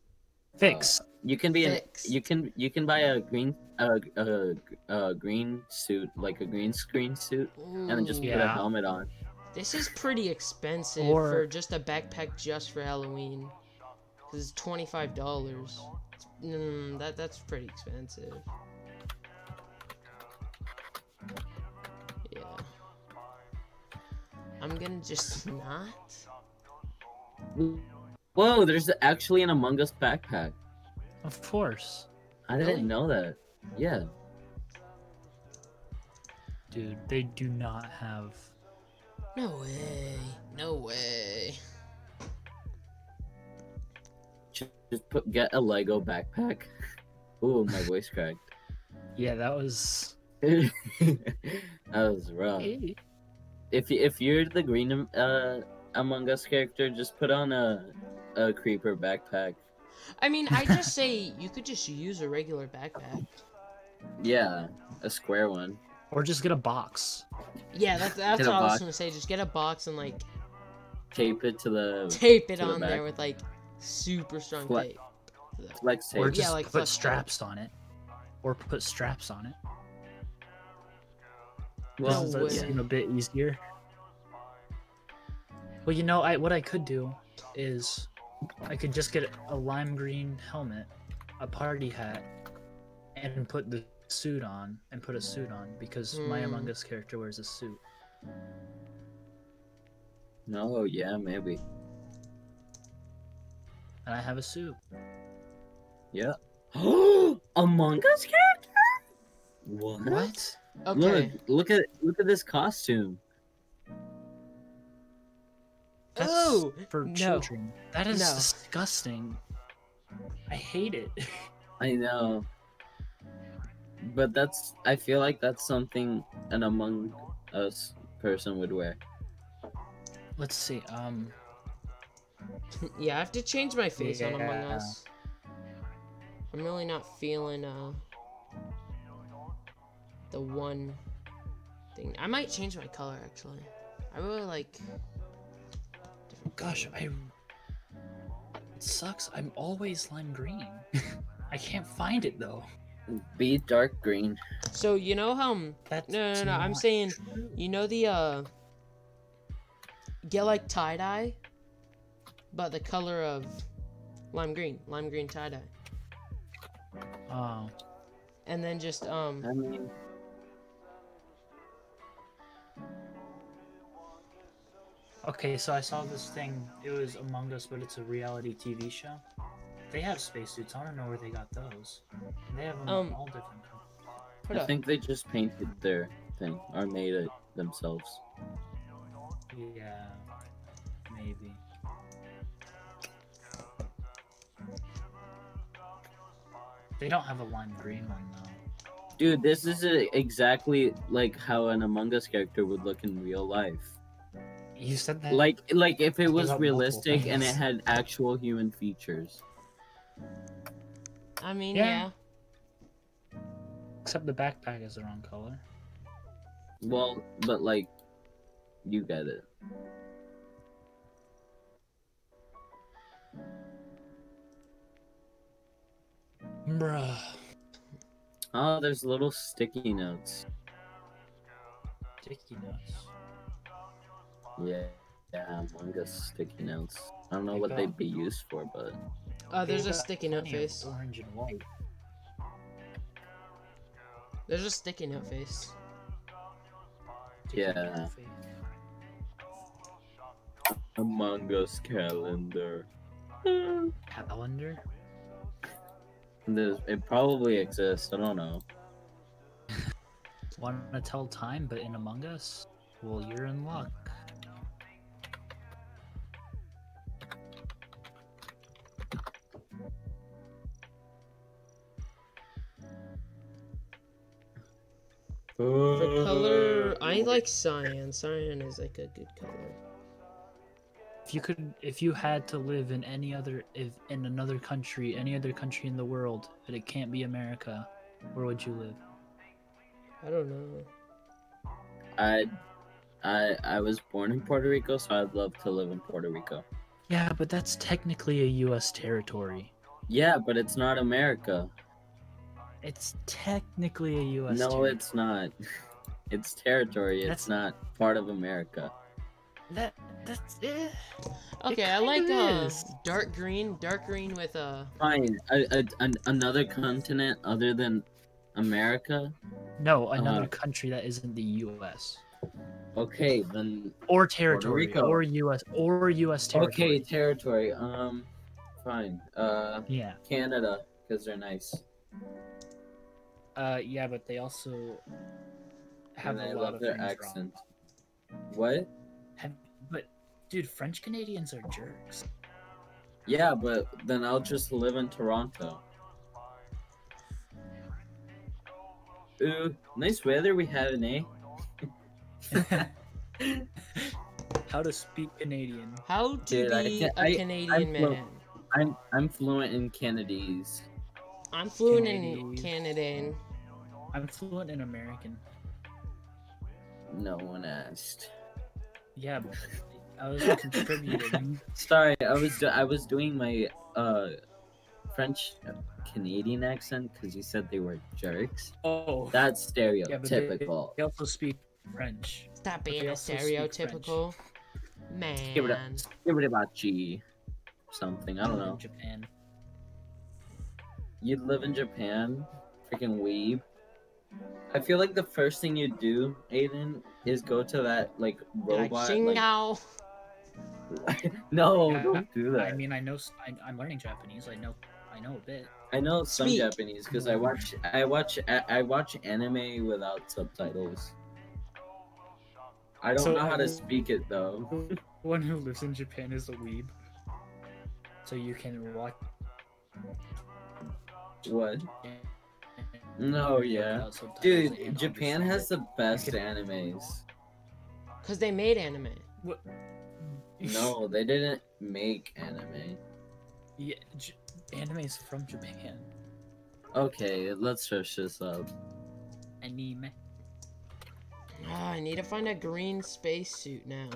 B: Fix.
C: you can be an,
A: Fixed.
C: you can you can buy a green a, a, a green suit like a green screen suit and then just
A: Ooh,
C: put a
B: Yeah.
C: helmet on.
A: This is pretty expensive
B: Or-
A: for just a backpack just for Halloween. Cause it's twenty five dollars. Mm, that that's pretty expensive. Yeah. I'm gonna just not.
C: Whoa, there's actually an Among Us backpack.
B: Of course,
C: I
A: Really?
C: didn't know that. Yeah.
B: dude. They do not have.
A: No way. No way.
C: Ju- Just put get a Lego backpack. Ooh, my voice cracked.
B: Yeah, that was.
C: that was rough. If you- if you're the green um, uh Among Us character, just put on a a creeper backpack.
A: I mean, I just say you could just use a regular backpack.
C: Yeah, a square one.
B: Or just get a box.
A: Yeah, that's that's
C: Get a
A: what I was
C: box.
A: gonna say. Just get a box and like
C: Tape it to the
A: tape it
C: to the
A: on there
C: back.
A: with like super strong
C: Fle-
A: tape. So-
C: flex tape.
B: Or
A: Yeah,
B: just
A: like
B: put
A: flex tape.
B: straps on it. Or put straps on it.
A: Well,
B: Doesn't
A: No
B: that
A: way.
B: seem a bit easier? Well, you know, I what I could do is I could just get a lime green helmet, a party hat, and put the suit on and put a suit on because my
A: Hmm.
B: Among Us character wears a suit.
C: no, yeah, maybe.
B: And I have a suit.
C: Yeah. Among Us character? What?
B: What?
A: Okay.
C: Look, look at look at this costume.
B: That's
A: Oh
B: for
A: no.
B: children. That is
A: No.
B: disgusting. I hate it.
C: I know. But that's I feel like that's something an Among Us person would wear.
B: Let's see. Um
A: yeah, I have to change my face on Among
B: Yeah.
A: Us. I'm really not feeling uh the one thing. I might change my color actually. I really like. different
B: Gosh,
A: color.
B: I. It sucks. I'm always lime green. I can't find it though.
C: Be dark green.
A: So you know how um,
B: That's
A: No, no, no, I'm
B: not
A: saying-
B: true.
A: you know the uh get like tie dye, but the color of lime green, lime green tie dye,
B: Oh,
A: and then just um.
C: I mean
B: okay. So I saw this thing. It was Among Us, but it's a reality TV show. They have spacesuits. I don't know where they got those. They have them in
A: Um,
B: all different. colors.
A: Hold
C: I
A: up.
C: think they just painted their thing or made it themselves.
B: Yeah, maybe. They don't have a lime green one though.
C: Dude, this e, is uh exactly like how an Among Us character would look in real life.
B: You said that.
C: Like like if it
D: It's
C: was
D: about multiple
C: realistic and it
D: things.
C: had actual human features.
A: I mean, yeah.
B: Yeah. Except the backpack is the wrong color.
C: Well, but like you get it.
B: Bruh.
C: Oh, there's little sticky notes.
B: Sticky notes.
C: Yeah. Yeah, one got sticky notes. I don't know
B: Like
C: what they'd
B: that.
C: be used for, but
A: Uh, there's
B: Yeah,
A: a sticky note
B: plenty of
A: face.
B: Orange and white.
A: There's a sticky note face.
B: Sticky note
C: Yeah.
B: face.
C: Among Us calendar.
B: Calendar.
C: There's, it probably exists. I don't know.
B: Want to tell time, but in Among Us? Well, you're in luck.
A: For color,
C: Uh,
A: I like cyan. Cyan is like a good color.
B: If you could, if you had to live in any other, if in another country, any other country in the world, but it can't be America, where would you live?
A: I don't know.
C: I, I, I was born in Puerto Rico, so I'd love to live in Puerto Rico.
B: Yeah, but that's technically a U.S. territory.
C: Yeah, but it's not America.
B: It's technically a U.S.
C: no,
B: territory.
C: it's not. It's territory. It's
B: That's-
C: not part of America.
B: that. That's it.
A: Okay, I
B: kinda
A: like uh,
B: is.
A: dark green. Dark green with uh,
C: Fine. A, a, an, another continent other than America.
B: No, another
C: Uh,
B: country that isn't the U.S.
C: Okay, then.
B: or territory
C: Rico.
B: or U.S. or U.S. territory.
C: Okay, territory. Um, fine. Uh,
B: Yeah.
C: Canada, because they're nice.
B: Uh, yeah, but they also have
C: and I
B: a lot
C: love
B: of
C: their
B: things wrong.
C: accent. What?
B: Have, but dude, French Canadians are jerks.
C: Yeah, but then I'll just live in Toronto. Ooh, nice weather we having, eh?
B: How to speak Canadian?
A: how to
C: Dude, I
A: be
C: ca-
A: a
C: I-
A: Canadian
C: I'm
A: man.
C: fluent. I'm I'm fluent in Canadese.
A: I'm fluent in
B: Canadian.
A: Canadian.
B: I'm fluent in American.
C: No one asked.
B: Yeah, but I was contributing.
C: Sorry, I was do- I was doing my uh French uh, Canadian accent because you said they were jerks.
B: oh,
C: That's
B: yeah, but they-
C: stereotypical.
B: They also speak French.
A: Stop
B: But
A: being
B: they
A: a
B: also speak French.
A: stereotypical
C: Give it up.
A: man.
C: Give it about G, something. I don't
B: in
C: know.
B: Japan.
C: You'd live in Japan, freaking weeb. I feel like the first thing you'd do, Aiden, is go to that like
A: Like,
C: robot. like-
A: "Shingao."
C: no,
B: Yeah,
C: don't do that.
B: I mean, I know. s- I, am learning Japanese. I know. I know a bit.
C: I know some
A: Speak.
C: Japanese because I watch I watch I, I watch anime without subtitles. I don't
B: So,
C: know how to
B: um,
C: speak it though.
B: One who lives in Japan is a weeb. So you can watch.
C: What? No, yeah. Dude, Japan has the best animes.
A: Cause they made anime.
C: No, they didn't make anime.
B: Yeah, J- anime is from Japan.
C: Okay, let's search this up.
B: Anime.
A: Ah, I need to find a green spacesuit now.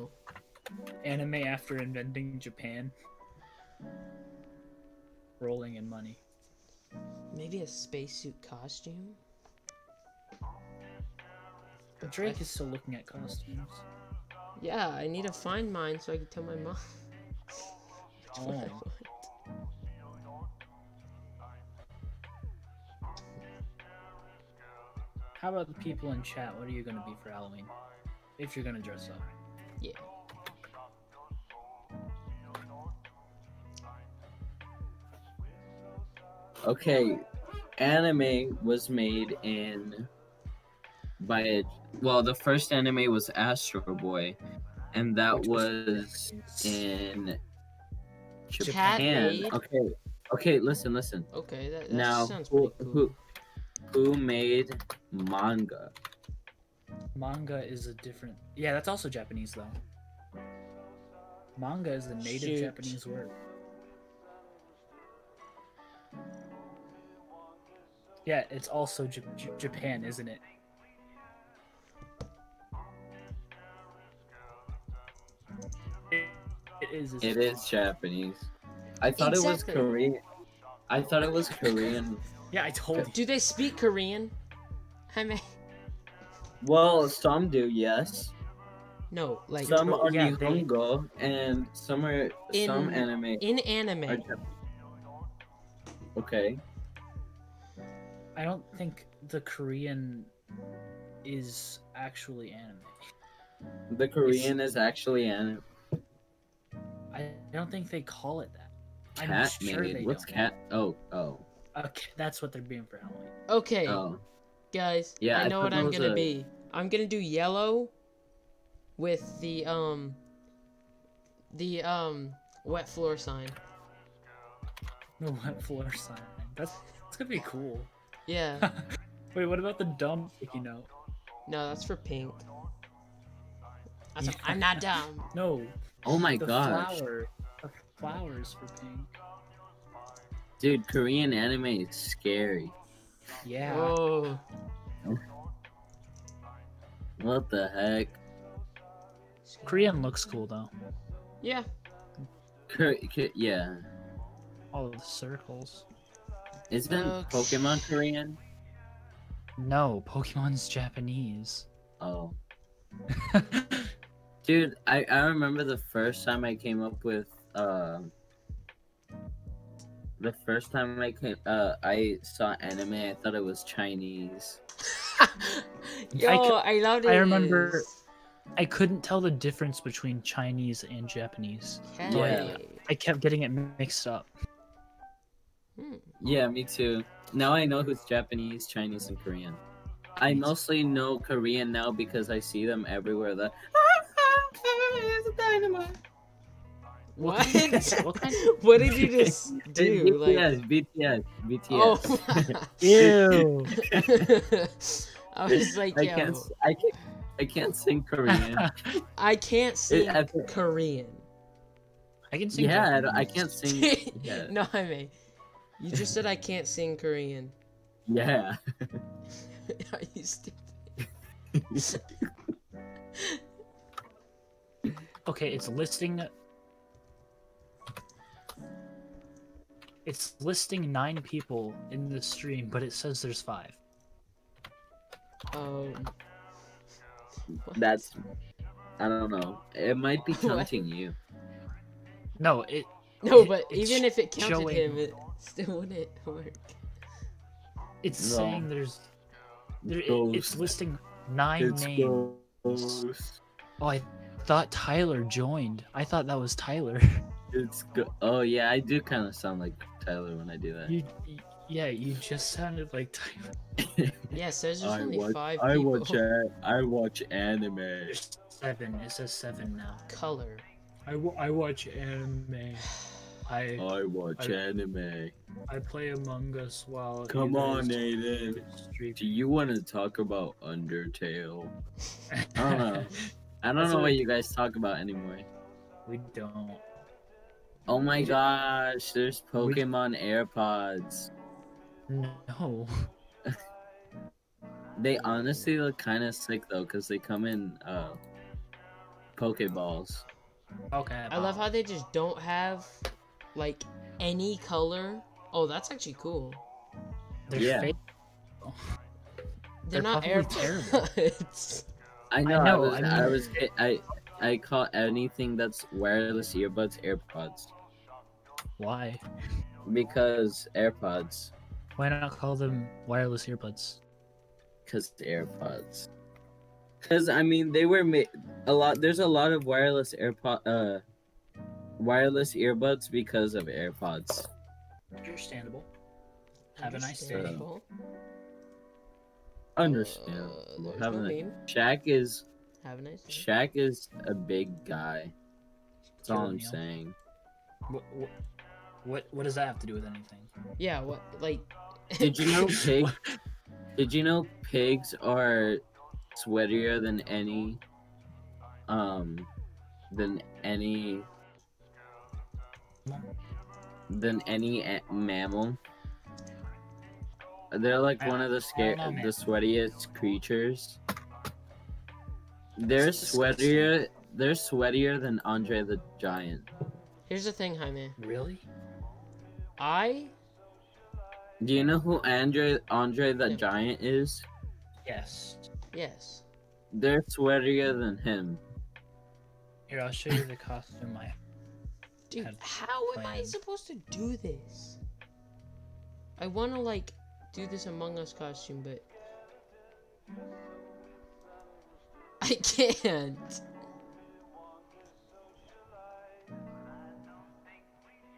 B: Anime after inventing Japan. Rolling in money.
A: Maybe a spacesuit costume.
B: But Drake is still looking at costumes.
A: Yeah, I need to find mine so I can tell my mom. Which one I
B: Oh.
A: want.
B: How about the people in chat? What are you gonna be for Halloween? If you're gonna dress up.
A: Yeah.
C: Okay, anime was made in by a well, the first anime was Astro Boy, and that
B: Which
C: was
B: Japanese.
C: in
A: Cat
C: Japan.
A: made?
C: Okay, okay, listen, listen.
A: Okay, that, that
C: now,
A: sounds
C: who,
A: pretty cool.
C: who who made manga?
B: Manga is a different. Yeah, that's also Japanese though. Manga is the native
A: Shoot.
B: Japanese word. Yeah, it's also J- J- Japan, isn't it? It, it is. isn't
C: It is Japanese. I thought it was
A: Exactly.
C: Korean. I thought it was Korean.
B: Yeah, I told you.
A: Do they speak Korean? I mean,
C: Well, some do, yes.
A: no, like
C: Some
B: well,
C: are
B: yeah, they-
C: Nihongo, and some are
A: In-
C: some anime
A: in anime.
C: are Japanese. Okay.
B: I don't think the Korean is actually anime.
C: The Korean is actually anime.
B: I don't think they call it that. I'm
C: Cat
B: sure
C: made.
B: they
C: What's
B: don't.
C: cat? Oh, oh,
B: Okay, that's what they're being for Halloween.
A: Okay,
C: oh.
A: guys,
C: Yeah,
A: I
C: I
A: know what
C: thought that
A: I'm
C: was
A: gonna
C: a-
A: be. I'm gonna do yellow with the um the um wet floor sign.
B: The wet floor sign. That's that's gonna be cool.
A: Yeah.
B: Wait, what about the dumb sticky note?
A: No, that's for pink. That's a- I'm not dumb.
B: No,
C: Oh my
B: the
C: gosh,
B: flower. The flowers for pink.
C: dude! Korean anime is scary.
B: Yeah.
A: Oh,
C: What the heck?
B: Korean looks cool though.
A: yeah.
C: Kor- Ko- yeah.
B: All of the circles.
C: Isn't
A: Okay.
C: Pokemon Korean?
B: No, Pokemon's Japanese.
C: Oh. Dude, I, I remember the first time I came up with uh, the first time I came uh, I saw anime, I thought it was Chinese.
A: Yo,
B: I
A: I,
B: c-
A: loved it.
B: I remember- I couldn't tell the difference between Chinese and Japanese.
A: Yeah.
B: I kept getting it mixed up.
A: Hmm.
C: Yeah, me too. Now I know who's Japanese, Chinese, and Korean. I mostly know Korean now because I see them everywhere. The
A: What?
B: what kind
A: what did you just do?
C: BTS,
A: Like,
C: BTS,
A: oh.
C: BTS.
B: Ew.
A: I was like,
C: I
A: yo,
C: can't, s- I can't, I can't sing Korean.
A: I can't sing
C: I think-
A: Korean.
B: I can sing.
C: yeah, I,
B: Japanese.
C: don't- I can't sing. Yeah.
A: no, I mean, you just said I can't sing Korean.
C: Yeah.
A: Are you stupid?
B: Okay, it's listing. It's listing nine people in the stream, but it says there's five.
A: Um, what?
C: That's. I don't know. It might be
A: What?
C: counting you.
B: No, it.
A: No, but
B: It's
A: even if it counted
B: showing-
A: him, it still wouldn't work.
B: It's
C: No.
B: saying there's. There, it- it's
C: Ghost.
B: listing nine names. Oh, I thought Tyler joined. I thought that was Tyler.
C: It's go- Oh yeah, I do kind of sound like Tyler when I do that.
B: you, y- yeah, you just sounded like Tyler.
A: Yeah, so there's
C: I
A: only
C: watch.
A: five
C: I
A: people.
C: watch. a- I watch anime.
B: There's seven. It says seven now.
A: Color.
B: I, w- I watch anime. I
C: I watch
B: I-
C: anime.
B: I play Among Us while.
C: Come you on, guys Aiden.
B: Street.
C: Do you want to talk about Undertale? don't know. I don't
B: That's
C: know
B: what
C: what
B: I-
C: you guys talk about anymore.
B: we don't.
C: Oh my gosh, there's
B: Which-
C: Pokemon AirPods.
B: No.
C: They honestly look kind of sick though, because they come in uh, Pokeballs.
B: Okay.
A: I love how they just don't have, like, any color. Oh, that's actually cool.
B: they're
C: Yeah.
B: fake.
A: They're,
B: They're
A: not
B: probably
A: AirPods.
C: I know. I,
B: know,
C: was,
B: I
C: I,
B: mean-
C: was. I I call anything that's wireless earbuds AirPods
B: Why?
C: because AirPods
B: Why not call them wireless earbuds?
C: because AirPods. Because I mean, they were made a lot. There's a lot of wireless AirPod uh, wireless earbuds because of AirPods.
B: Understandable. Have a nice day.
A: Understandable.
C: Understand?
A: Uh, there's
C: Have
A: no
C: a nice-
A: meme.
C: Shaq is
A: Have a nice day.
C: Shaq is a big guy. That's all
B: Kill
C: I'm
B: me.
C: saying.
B: What, what, what, what does that have to do with anything?
A: Yeah, what, like...
C: Did you know pig? did you know pigs are sweatier than any, um, than any than any a- mammal. They're like
B: I-
C: one of the scare
B: I don't know,
C: the
B: man.
C: sweatiest creatures. They're
B: That's disgusting.
C: sweatier. They're sweatier than Andre the Giant.
A: Here's the thing, Jaime.
B: Really?
A: I
C: Do you know who Andre Andre the
A: Yeah.
C: Giant is?
B: Yes.
A: yes.
C: They're sweatier than him.
B: Here, I'll show you the costume. I
A: Dude,
B: Had
A: how am I
B: planned.
A: supposed to do this? I want to like do this Among Us costume, but I can't.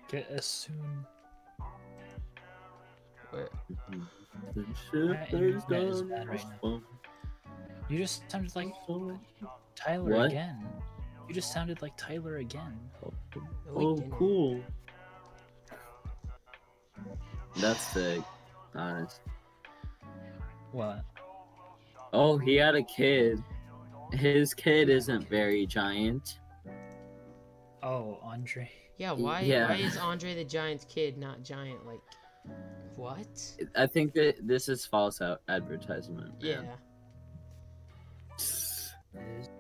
B: get as soon.
A: Where-
C: The shit
B: internet
C: they've
B: is
C: done
B: bad right
C: is
B: now.
C: fun.
B: You just sounded like
C: Oh,
B: Tyler
C: What?
B: again. You just sounded like Tyler again.
A: No, I
C: Oh,
A: didn't.
C: cool. That's sick. Honest.
B: What?
C: Oh, he had a kid. His kid isn't very giant.
B: Oh, Andre.
A: Yeah, why?
C: Yeah.
A: Why is Andre the Giant's kid not giant? Like, what?
C: I think that this is false out advertisement.
A: Yeah,
C: man.
B: That is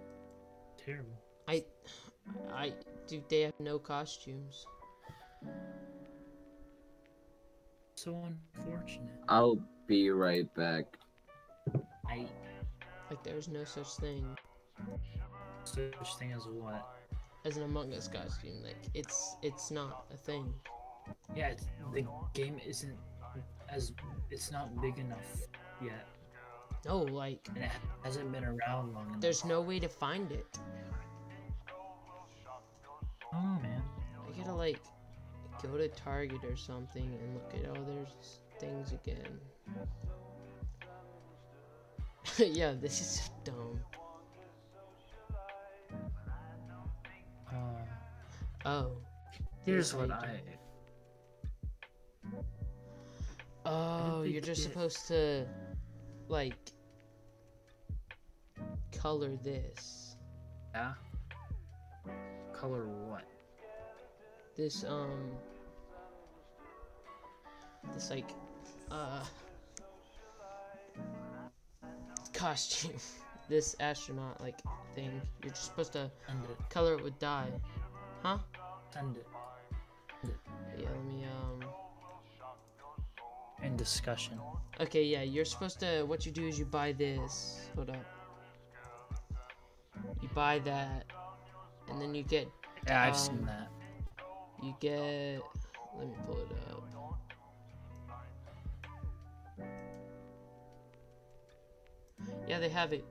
B: terrible.
A: I, I, dude, they have no costumes.
B: So unfortunate.
C: I'll be right back.
B: I
A: Like, there's no such thing
B: such thing as what?
A: as an Among Us costume. Like, it's it's not a thing.
B: Yeah, it's, the game isn't as it's not big enough yet,
A: No, like,
B: and it hasn't been around long enough.
A: there's no way to find it.
B: oh man.
A: I gotta like go to Target or something and look at all their s- things again. yeah, this is so dumb.
B: Uh,
A: Oh.
B: here's
A: how you
B: what
A: do
B: I.
A: it. Oh,
B: think
A: you're just
B: it-
A: supposed to, like, color this.
B: Yeah. Color what?
A: This, um. This, like, uh. Costume. this astronaut, like, thing. You're just supposed to
B: Send it.
A: color it with dye. Huh?
B: Send it.
A: Yeah, let me, um.
B: In discussion.
A: Okay, yeah, you're supposed to. What you do is you buy this. Hold up. You buy that, and then you get
B: Yeah, I've
A: Um,
B: seen that.
A: you get. Let me pull it up. Yeah, they have it.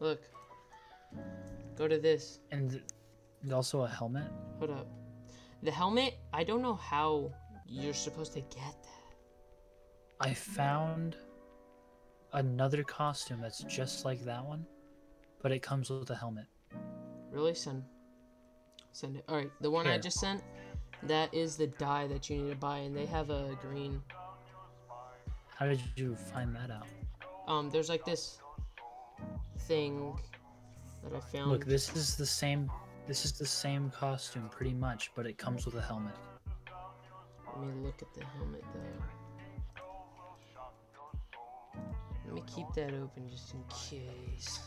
A: Look. Go to this.
B: And, th- and also a helmet.
A: Hold up. The helmet. I don't know how you're supposed to get that.
B: I found another costume that's just like that one, but it comes with a helmet.
A: Really, send. Send it. All right, the one I
B: Here.
A: just sent. That is the dye that you need to buy, and they have a green.
B: How did you find that out?
A: Um, there's like this thing that I found.
B: Look, this is the same. This is the same costume pretty much, but it comes with a helmet.
A: Let me look at the helmet though. Let me keep that open just in case.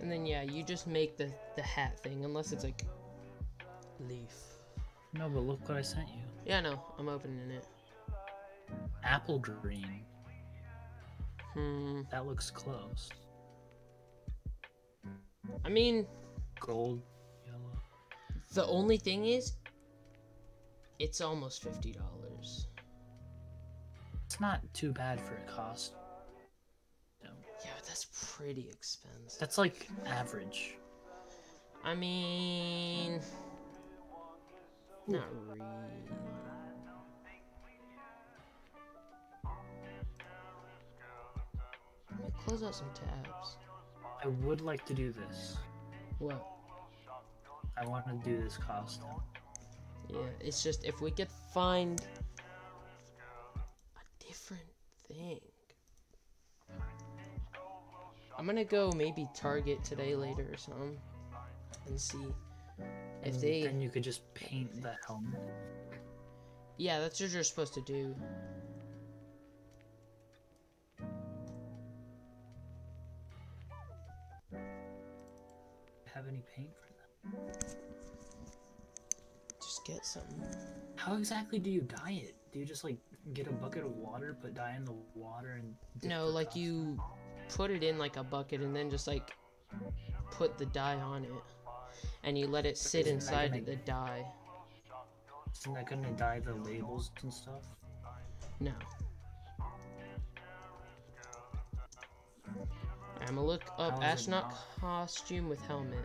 A: And then yeah, you just make the the hat thing, unless it's like leaf.
B: No, but look what I sent you.
A: Yeah, no, I'm opening it.
B: Apple green.
A: Hmm.
B: That looks close.
A: I mean,
B: Gold, yellow.
A: the only thing is, it's almost fifty dollars.
B: It's not too bad for a cost. No,
A: Yeah, but that's pretty expensive.
B: that's like average.
A: I mean, not really. Let me close out some tabs.
B: I would like to do this.
A: What?
B: I want to do this costume.
A: Yeah, it's just if we could find a different thing. I'm gonna go maybe Target today later or something and see If
B: Mm, and
A: they-
B: then you could just paint the helmet.
A: Yeah, that's what you're supposed to do.
B: Have any paint for that?
A: Just get something.
B: How exactly do you dye it? Do you just like get a bucket of water, put dye in the water, and dip
A: No,
B: the
A: like
B: colour?
A: you put it in like a bucket and then just like put the dye on it. And you let it sit
B: Isn't that
A: inside
B: gonna-
A: the dye.
B: Isn't that gonna dye the labels and stuff?
A: No. I'm gonna look
B: How
A: up
B: is it
A: astronaut
B: not?
A: costume with helmet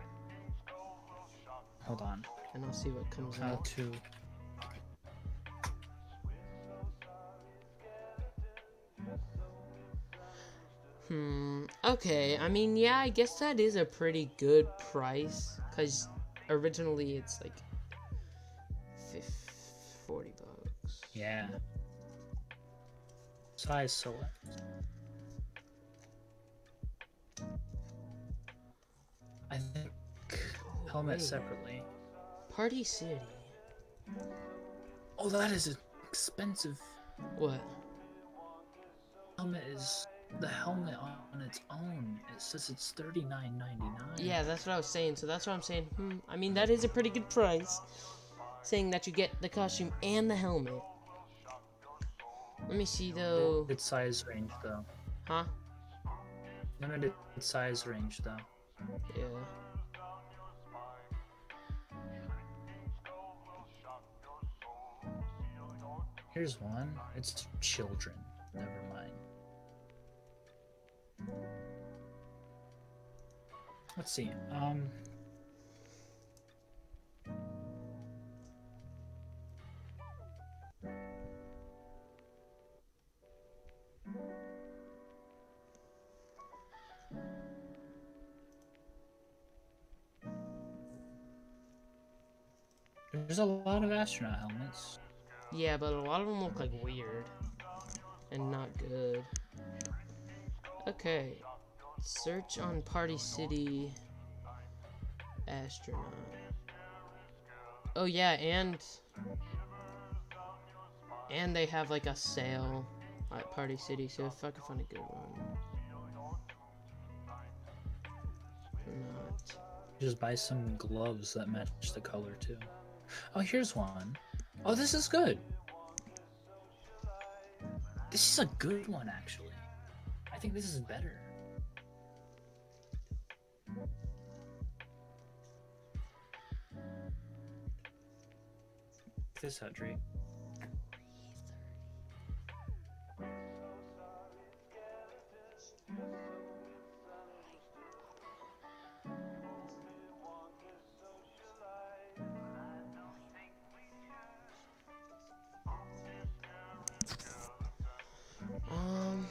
B: Hold on.
A: and I'll see what comes
B: How
A: out.
B: to?
A: Hmm. Okay. I mean, yeah, I guess that is a pretty good price because originally it's like fif- 40 bucks.
B: Yeah. Size select. I think
A: Oh,
B: helmet
A: wait.
B: separately.
A: Party City.
B: Oh, that is expensive.
A: What?
B: Helmet is the helmet on its own. It says it's thirty nine ninety nine.
A: Yeah, that's what I was saying. So that's what I'm saying. Hmm. I mean, that is a pretty good price. Saying that you get the costume and the helmet. Let me see though.
B: Limited size range though.
A: Huh?
B: Limited size range though.
A: Yeah.
B: Here's one. It's children. Never mind. Let's see. Um. There's a lot of astronaut helmets.
A: Yeah, but a lot of them look like weird and not good. Okay, search on Party City astronaut. Oh yeah, and and they have like a sale at Party City, so if I can find a good one. Or not.
B: Just buy some gloves that match the color too. Oh, here's one. Oh, this is good. This is a good one actually. I think this is better. Check This out, Drake.
A: Um.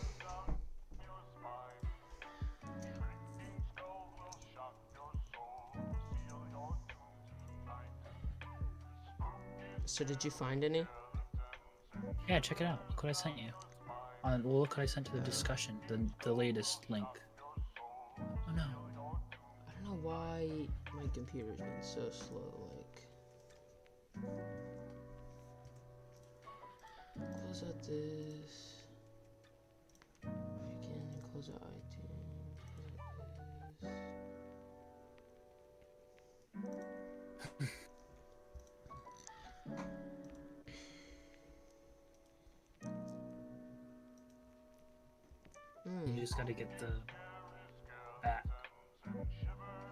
A: So did you find any?
B: Yeah, check it out. Look what I sent you. On well, look what I sent to the discussion. The the latest link. Oh no.
A: I don't know why my computer's been so slow. Like, close out this. Freaking close out iTunes. Close out this. Hmm.
B: You just gotta get the back.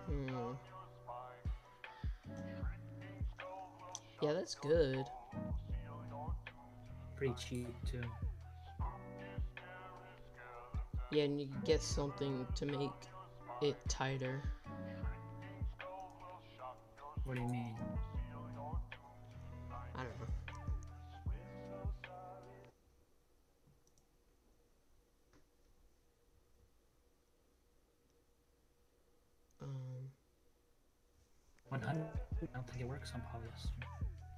A: Hmm. Yeah, that's good.
B: Pretty cheap too.
A: Yeah, and you get something to make it tighter.
B: What do you mean?
A: I don't know. Um,
B: 100? I don't think it works on polyester.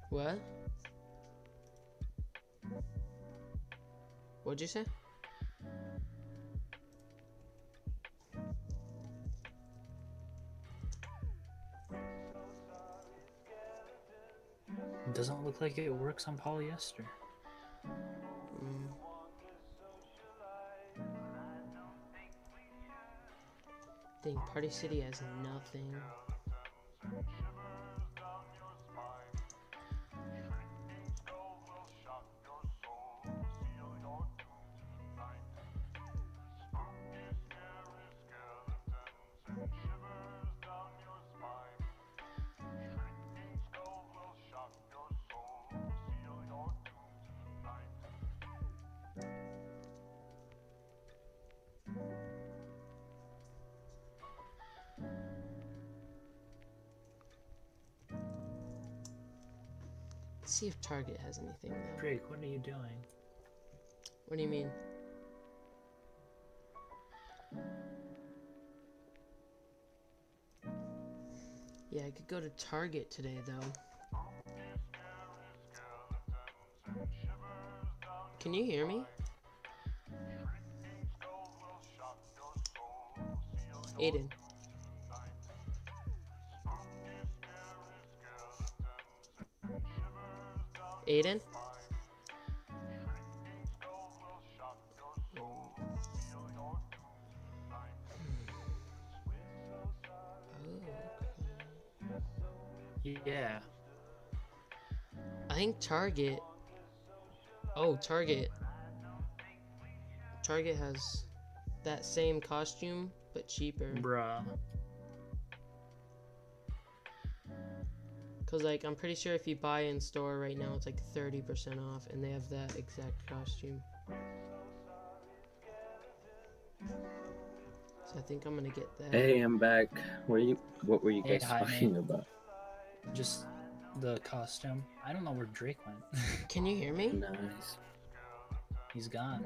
A: what? What'd you say?
B: It doesn't look like it works on polyester.
A: Mm. Think Party City has nothing. Let's see if Target has anything though.
B: Drake, what are you doing?
A: What do you mean? Yeah, I could go to Target today though. Can you hear me? Aiden. Aiden? Oh. Oh, okay.
B: Yeah.
A: I think Target. Oh, Target. Target has that same costume, but cheaper.
B: Bruh.
A: Cause like I'm pretty sure if you buy in store right now, it's like 30% off, and they have that exact costume. So I think I'm gonna get that.
C: Hey, I'm back. What are you? What were you
B: Hey,
C: guys
B: hi,
C: talking about?
B: Just the costume. I don't know where Drake went.
A: Can you hear me?
C: Nice.
B: He's gone.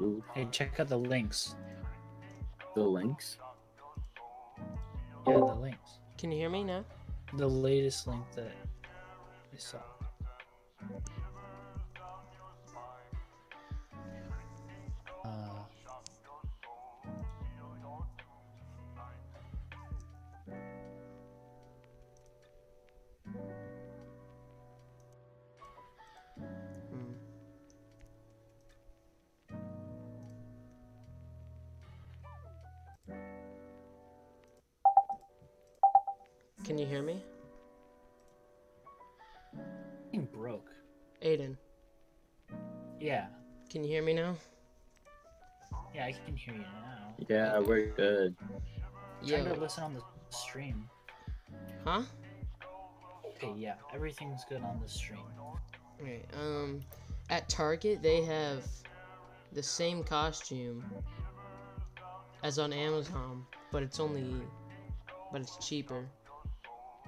C: Ooh,
B: Hey, check out the links.
C: the links.
B: Yeah, the links.
A: Can you hear me now?
B: The latest link that I saw. Uh,
A: Hmm. Can you hear me,
B: thing broke.
A: Aiden?
B: Yeah.
A: Can you hear me now?
B: Yeah, I can hear you now.
C: Yeah, we're good.
B: Trying
A: Yeah.
B: to listen on the stream.
A: Huh?
B: Okay, yeah, everything's good on the stream.
A: Right. Um, at Target they have the same costume as on Amazon, but it's only, but it's cheaper.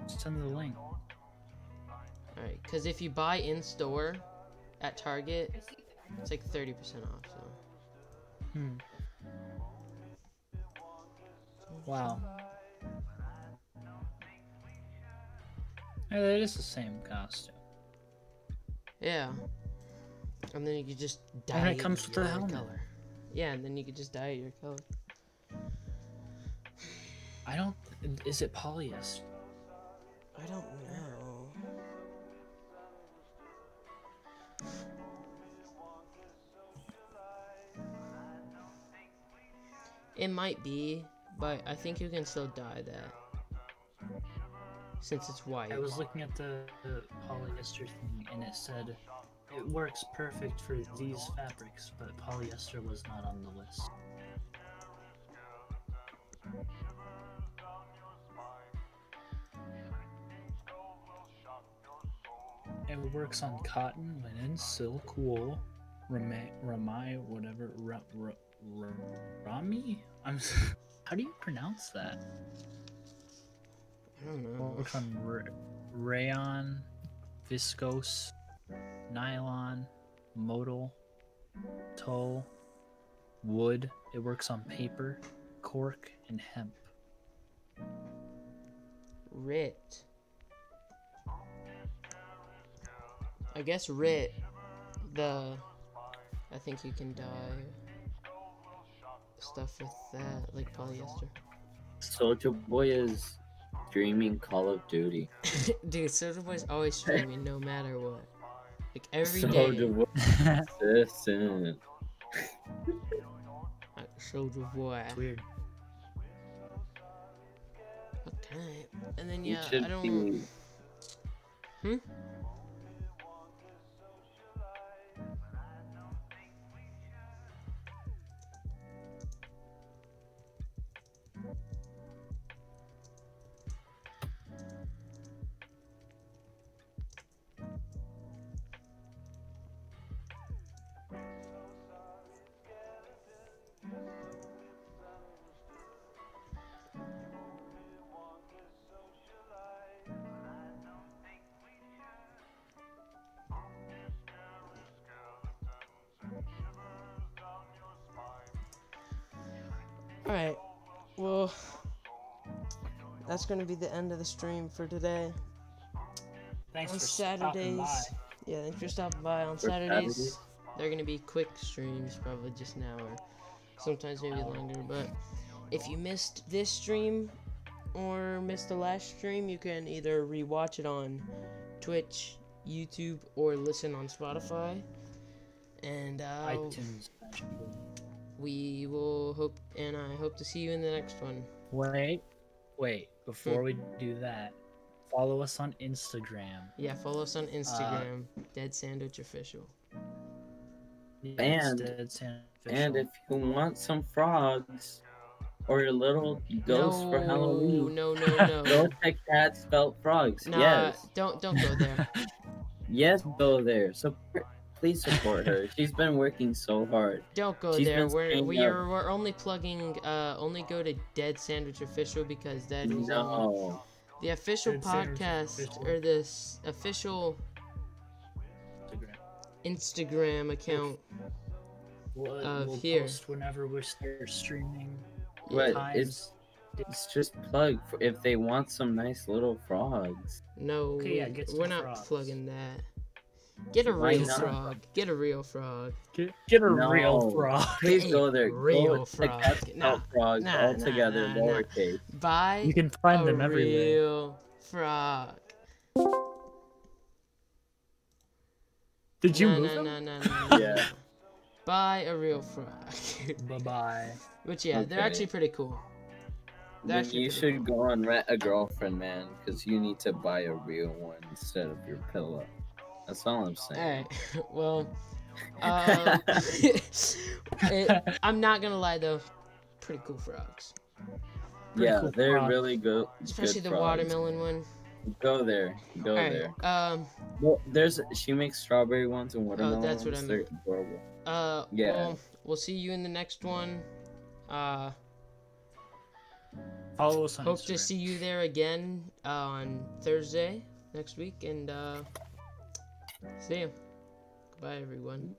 B: Send the link.
A: All right. Cause if you buy in store at Target, it's like thirty percent off. So.
B: Hmm. Wow. Yeah, that is the same costume.
A: Yeah. And then you could just dye
B: And it comes with the
A: your
B: helmet.
A: color. Yeah, and then you could just dye it your color.
B: I don't. Is it polyester?
A: I don't know. It might be, but I think you can still dye that. Since it's white.
B: I was looking at the, the polyester thing and it said it works perfect for these fabrics, but polyester was not on the list. It works on cotton, linen, silk, wool, ramai, ramai whatever, ra, ra, ra, rami? I'm. s- How do you pronounce that?
A: I don't
B: Well,
A: know.
B: we're from ra- rayon, viscose, nylon, modal, tow, wood. It works on paper, cork, and hemp.
A: Writ. I guess writ. The. I think you can dye stuff with that, like polyester.
C: Soldier Boy is streaming Call of Duty.
A: Dude, Soldier Boy's always streaming no matter what. Like every day.
C: Soldier Boy, listen.
A: Like, Soldier Boy.
B: it's weird.
A: Okay. And then
C: You
A: yeah,
C: should
A: I don't.
C: be-
A: Hmm? Alright. Well, that's going to be the end of the stream for today.
B: Thanks
A: On
B: for stopping by.
A: Saturdays. Yeah, thanks for stopping by. On
C: For
A: Saturdays,
C: Saturdays?
A: they're going to be quick streams, probably just an hour. Sometimes maybe longer, but if you missed this stream or missed the last stream, you can either rewatch it on Twitch, YouTube, or listen on Spotify. And uh,
B: iTunes.
A: we will hope, and I hope to see you in the next one.
B: Wait, wait. Before we
C: Hmm.
B: do that, follow us on Instagram.
A: Yeah, follow us on Instagram,
B: Uh,
A: Dead Sandwich Official.
C: And-
B: Dead Sand Official.
C: And if you want some frogs or a little ghost
A: no,
C: for Halloween,
A: No, no, no.
C: go check that spelt frogs.
A: Nah,
C: Yes,
A: don't don't go there.
C: yes, go there. Support, please support her. She's been working so hard.
A: Don't go
C: She's
A: there.
C: been
A: We're
C: staying
A: we
C: up.
A: are we're only plugging. Uh, only go to Dead Sandwich Official because that is um,
C: No,
A: the official
B: Dead Sandwich
A: podcast
B: Official.
A: or this official
B: Instagram.
A: Instagram account.
B: We'll,
A: Of
B: we'll
A: here.
B: post whenever we're start streaming.
C: Right,
B: times.
C: it's just plug for if they want some nice little frogs.
A: No,
B: Okay, yeah, get some
A: we're not
B: frogs.
A: plugging that. Get a
C: Why
A: real
C: not?
A: frog. Get a real frog.
B: Get, get a
C: No.
B: real frog.
C: Please
A: Hey,
C: go there.
A: real
C: go check
A: frog.
C: that spelt
A: Nah,
C: frogs
A: nah,
C: all
A: nah,
C: together,
A: nah, nah.
C: lowercase.
A: Buy
B: You can find
A: a
B: them everywhere.
A: real frog.
B: Did you
A: no,
B: move
A: no,
B: them?
A: no, no, no, no,
C: Yeah.
A: no. Buy a real frog.
B: Bye bye.
A: Which yeah, they're
C: Okay.
A: actually pretty cool. They're
C: Then
A: actually
C: you
A: pretty
C: should
A: cool.
C: go and rent a girlfriend, man, because you need to buy a real one instead of your pillow. That's all I'm saying.
A: Alright, well, um, it, I'm not gonna lie though, pretty cool frogs,
B: pretty
C: yeah,
B: cool
C: they're
B: frog.
C: really good.
A: especially
C: good
A: the
C: frogs.
A: watermelon one.
C: Go there, go
A: Alright,
C: there.
A: um,
C: Well, there's she makes strawberry ones and watermelon.
A: Oh, that's what
C: ones.
A: I
C: They're
A: meant.
C: adorable.
A: uh,
C: Yeah.
A: well, we'll see you in the next one. Uh,
B: Follow us on
A: hope to
B: Instagram.
A: see you there again uh, on Thursday next week, and uh, see you. Goodbye, everyone.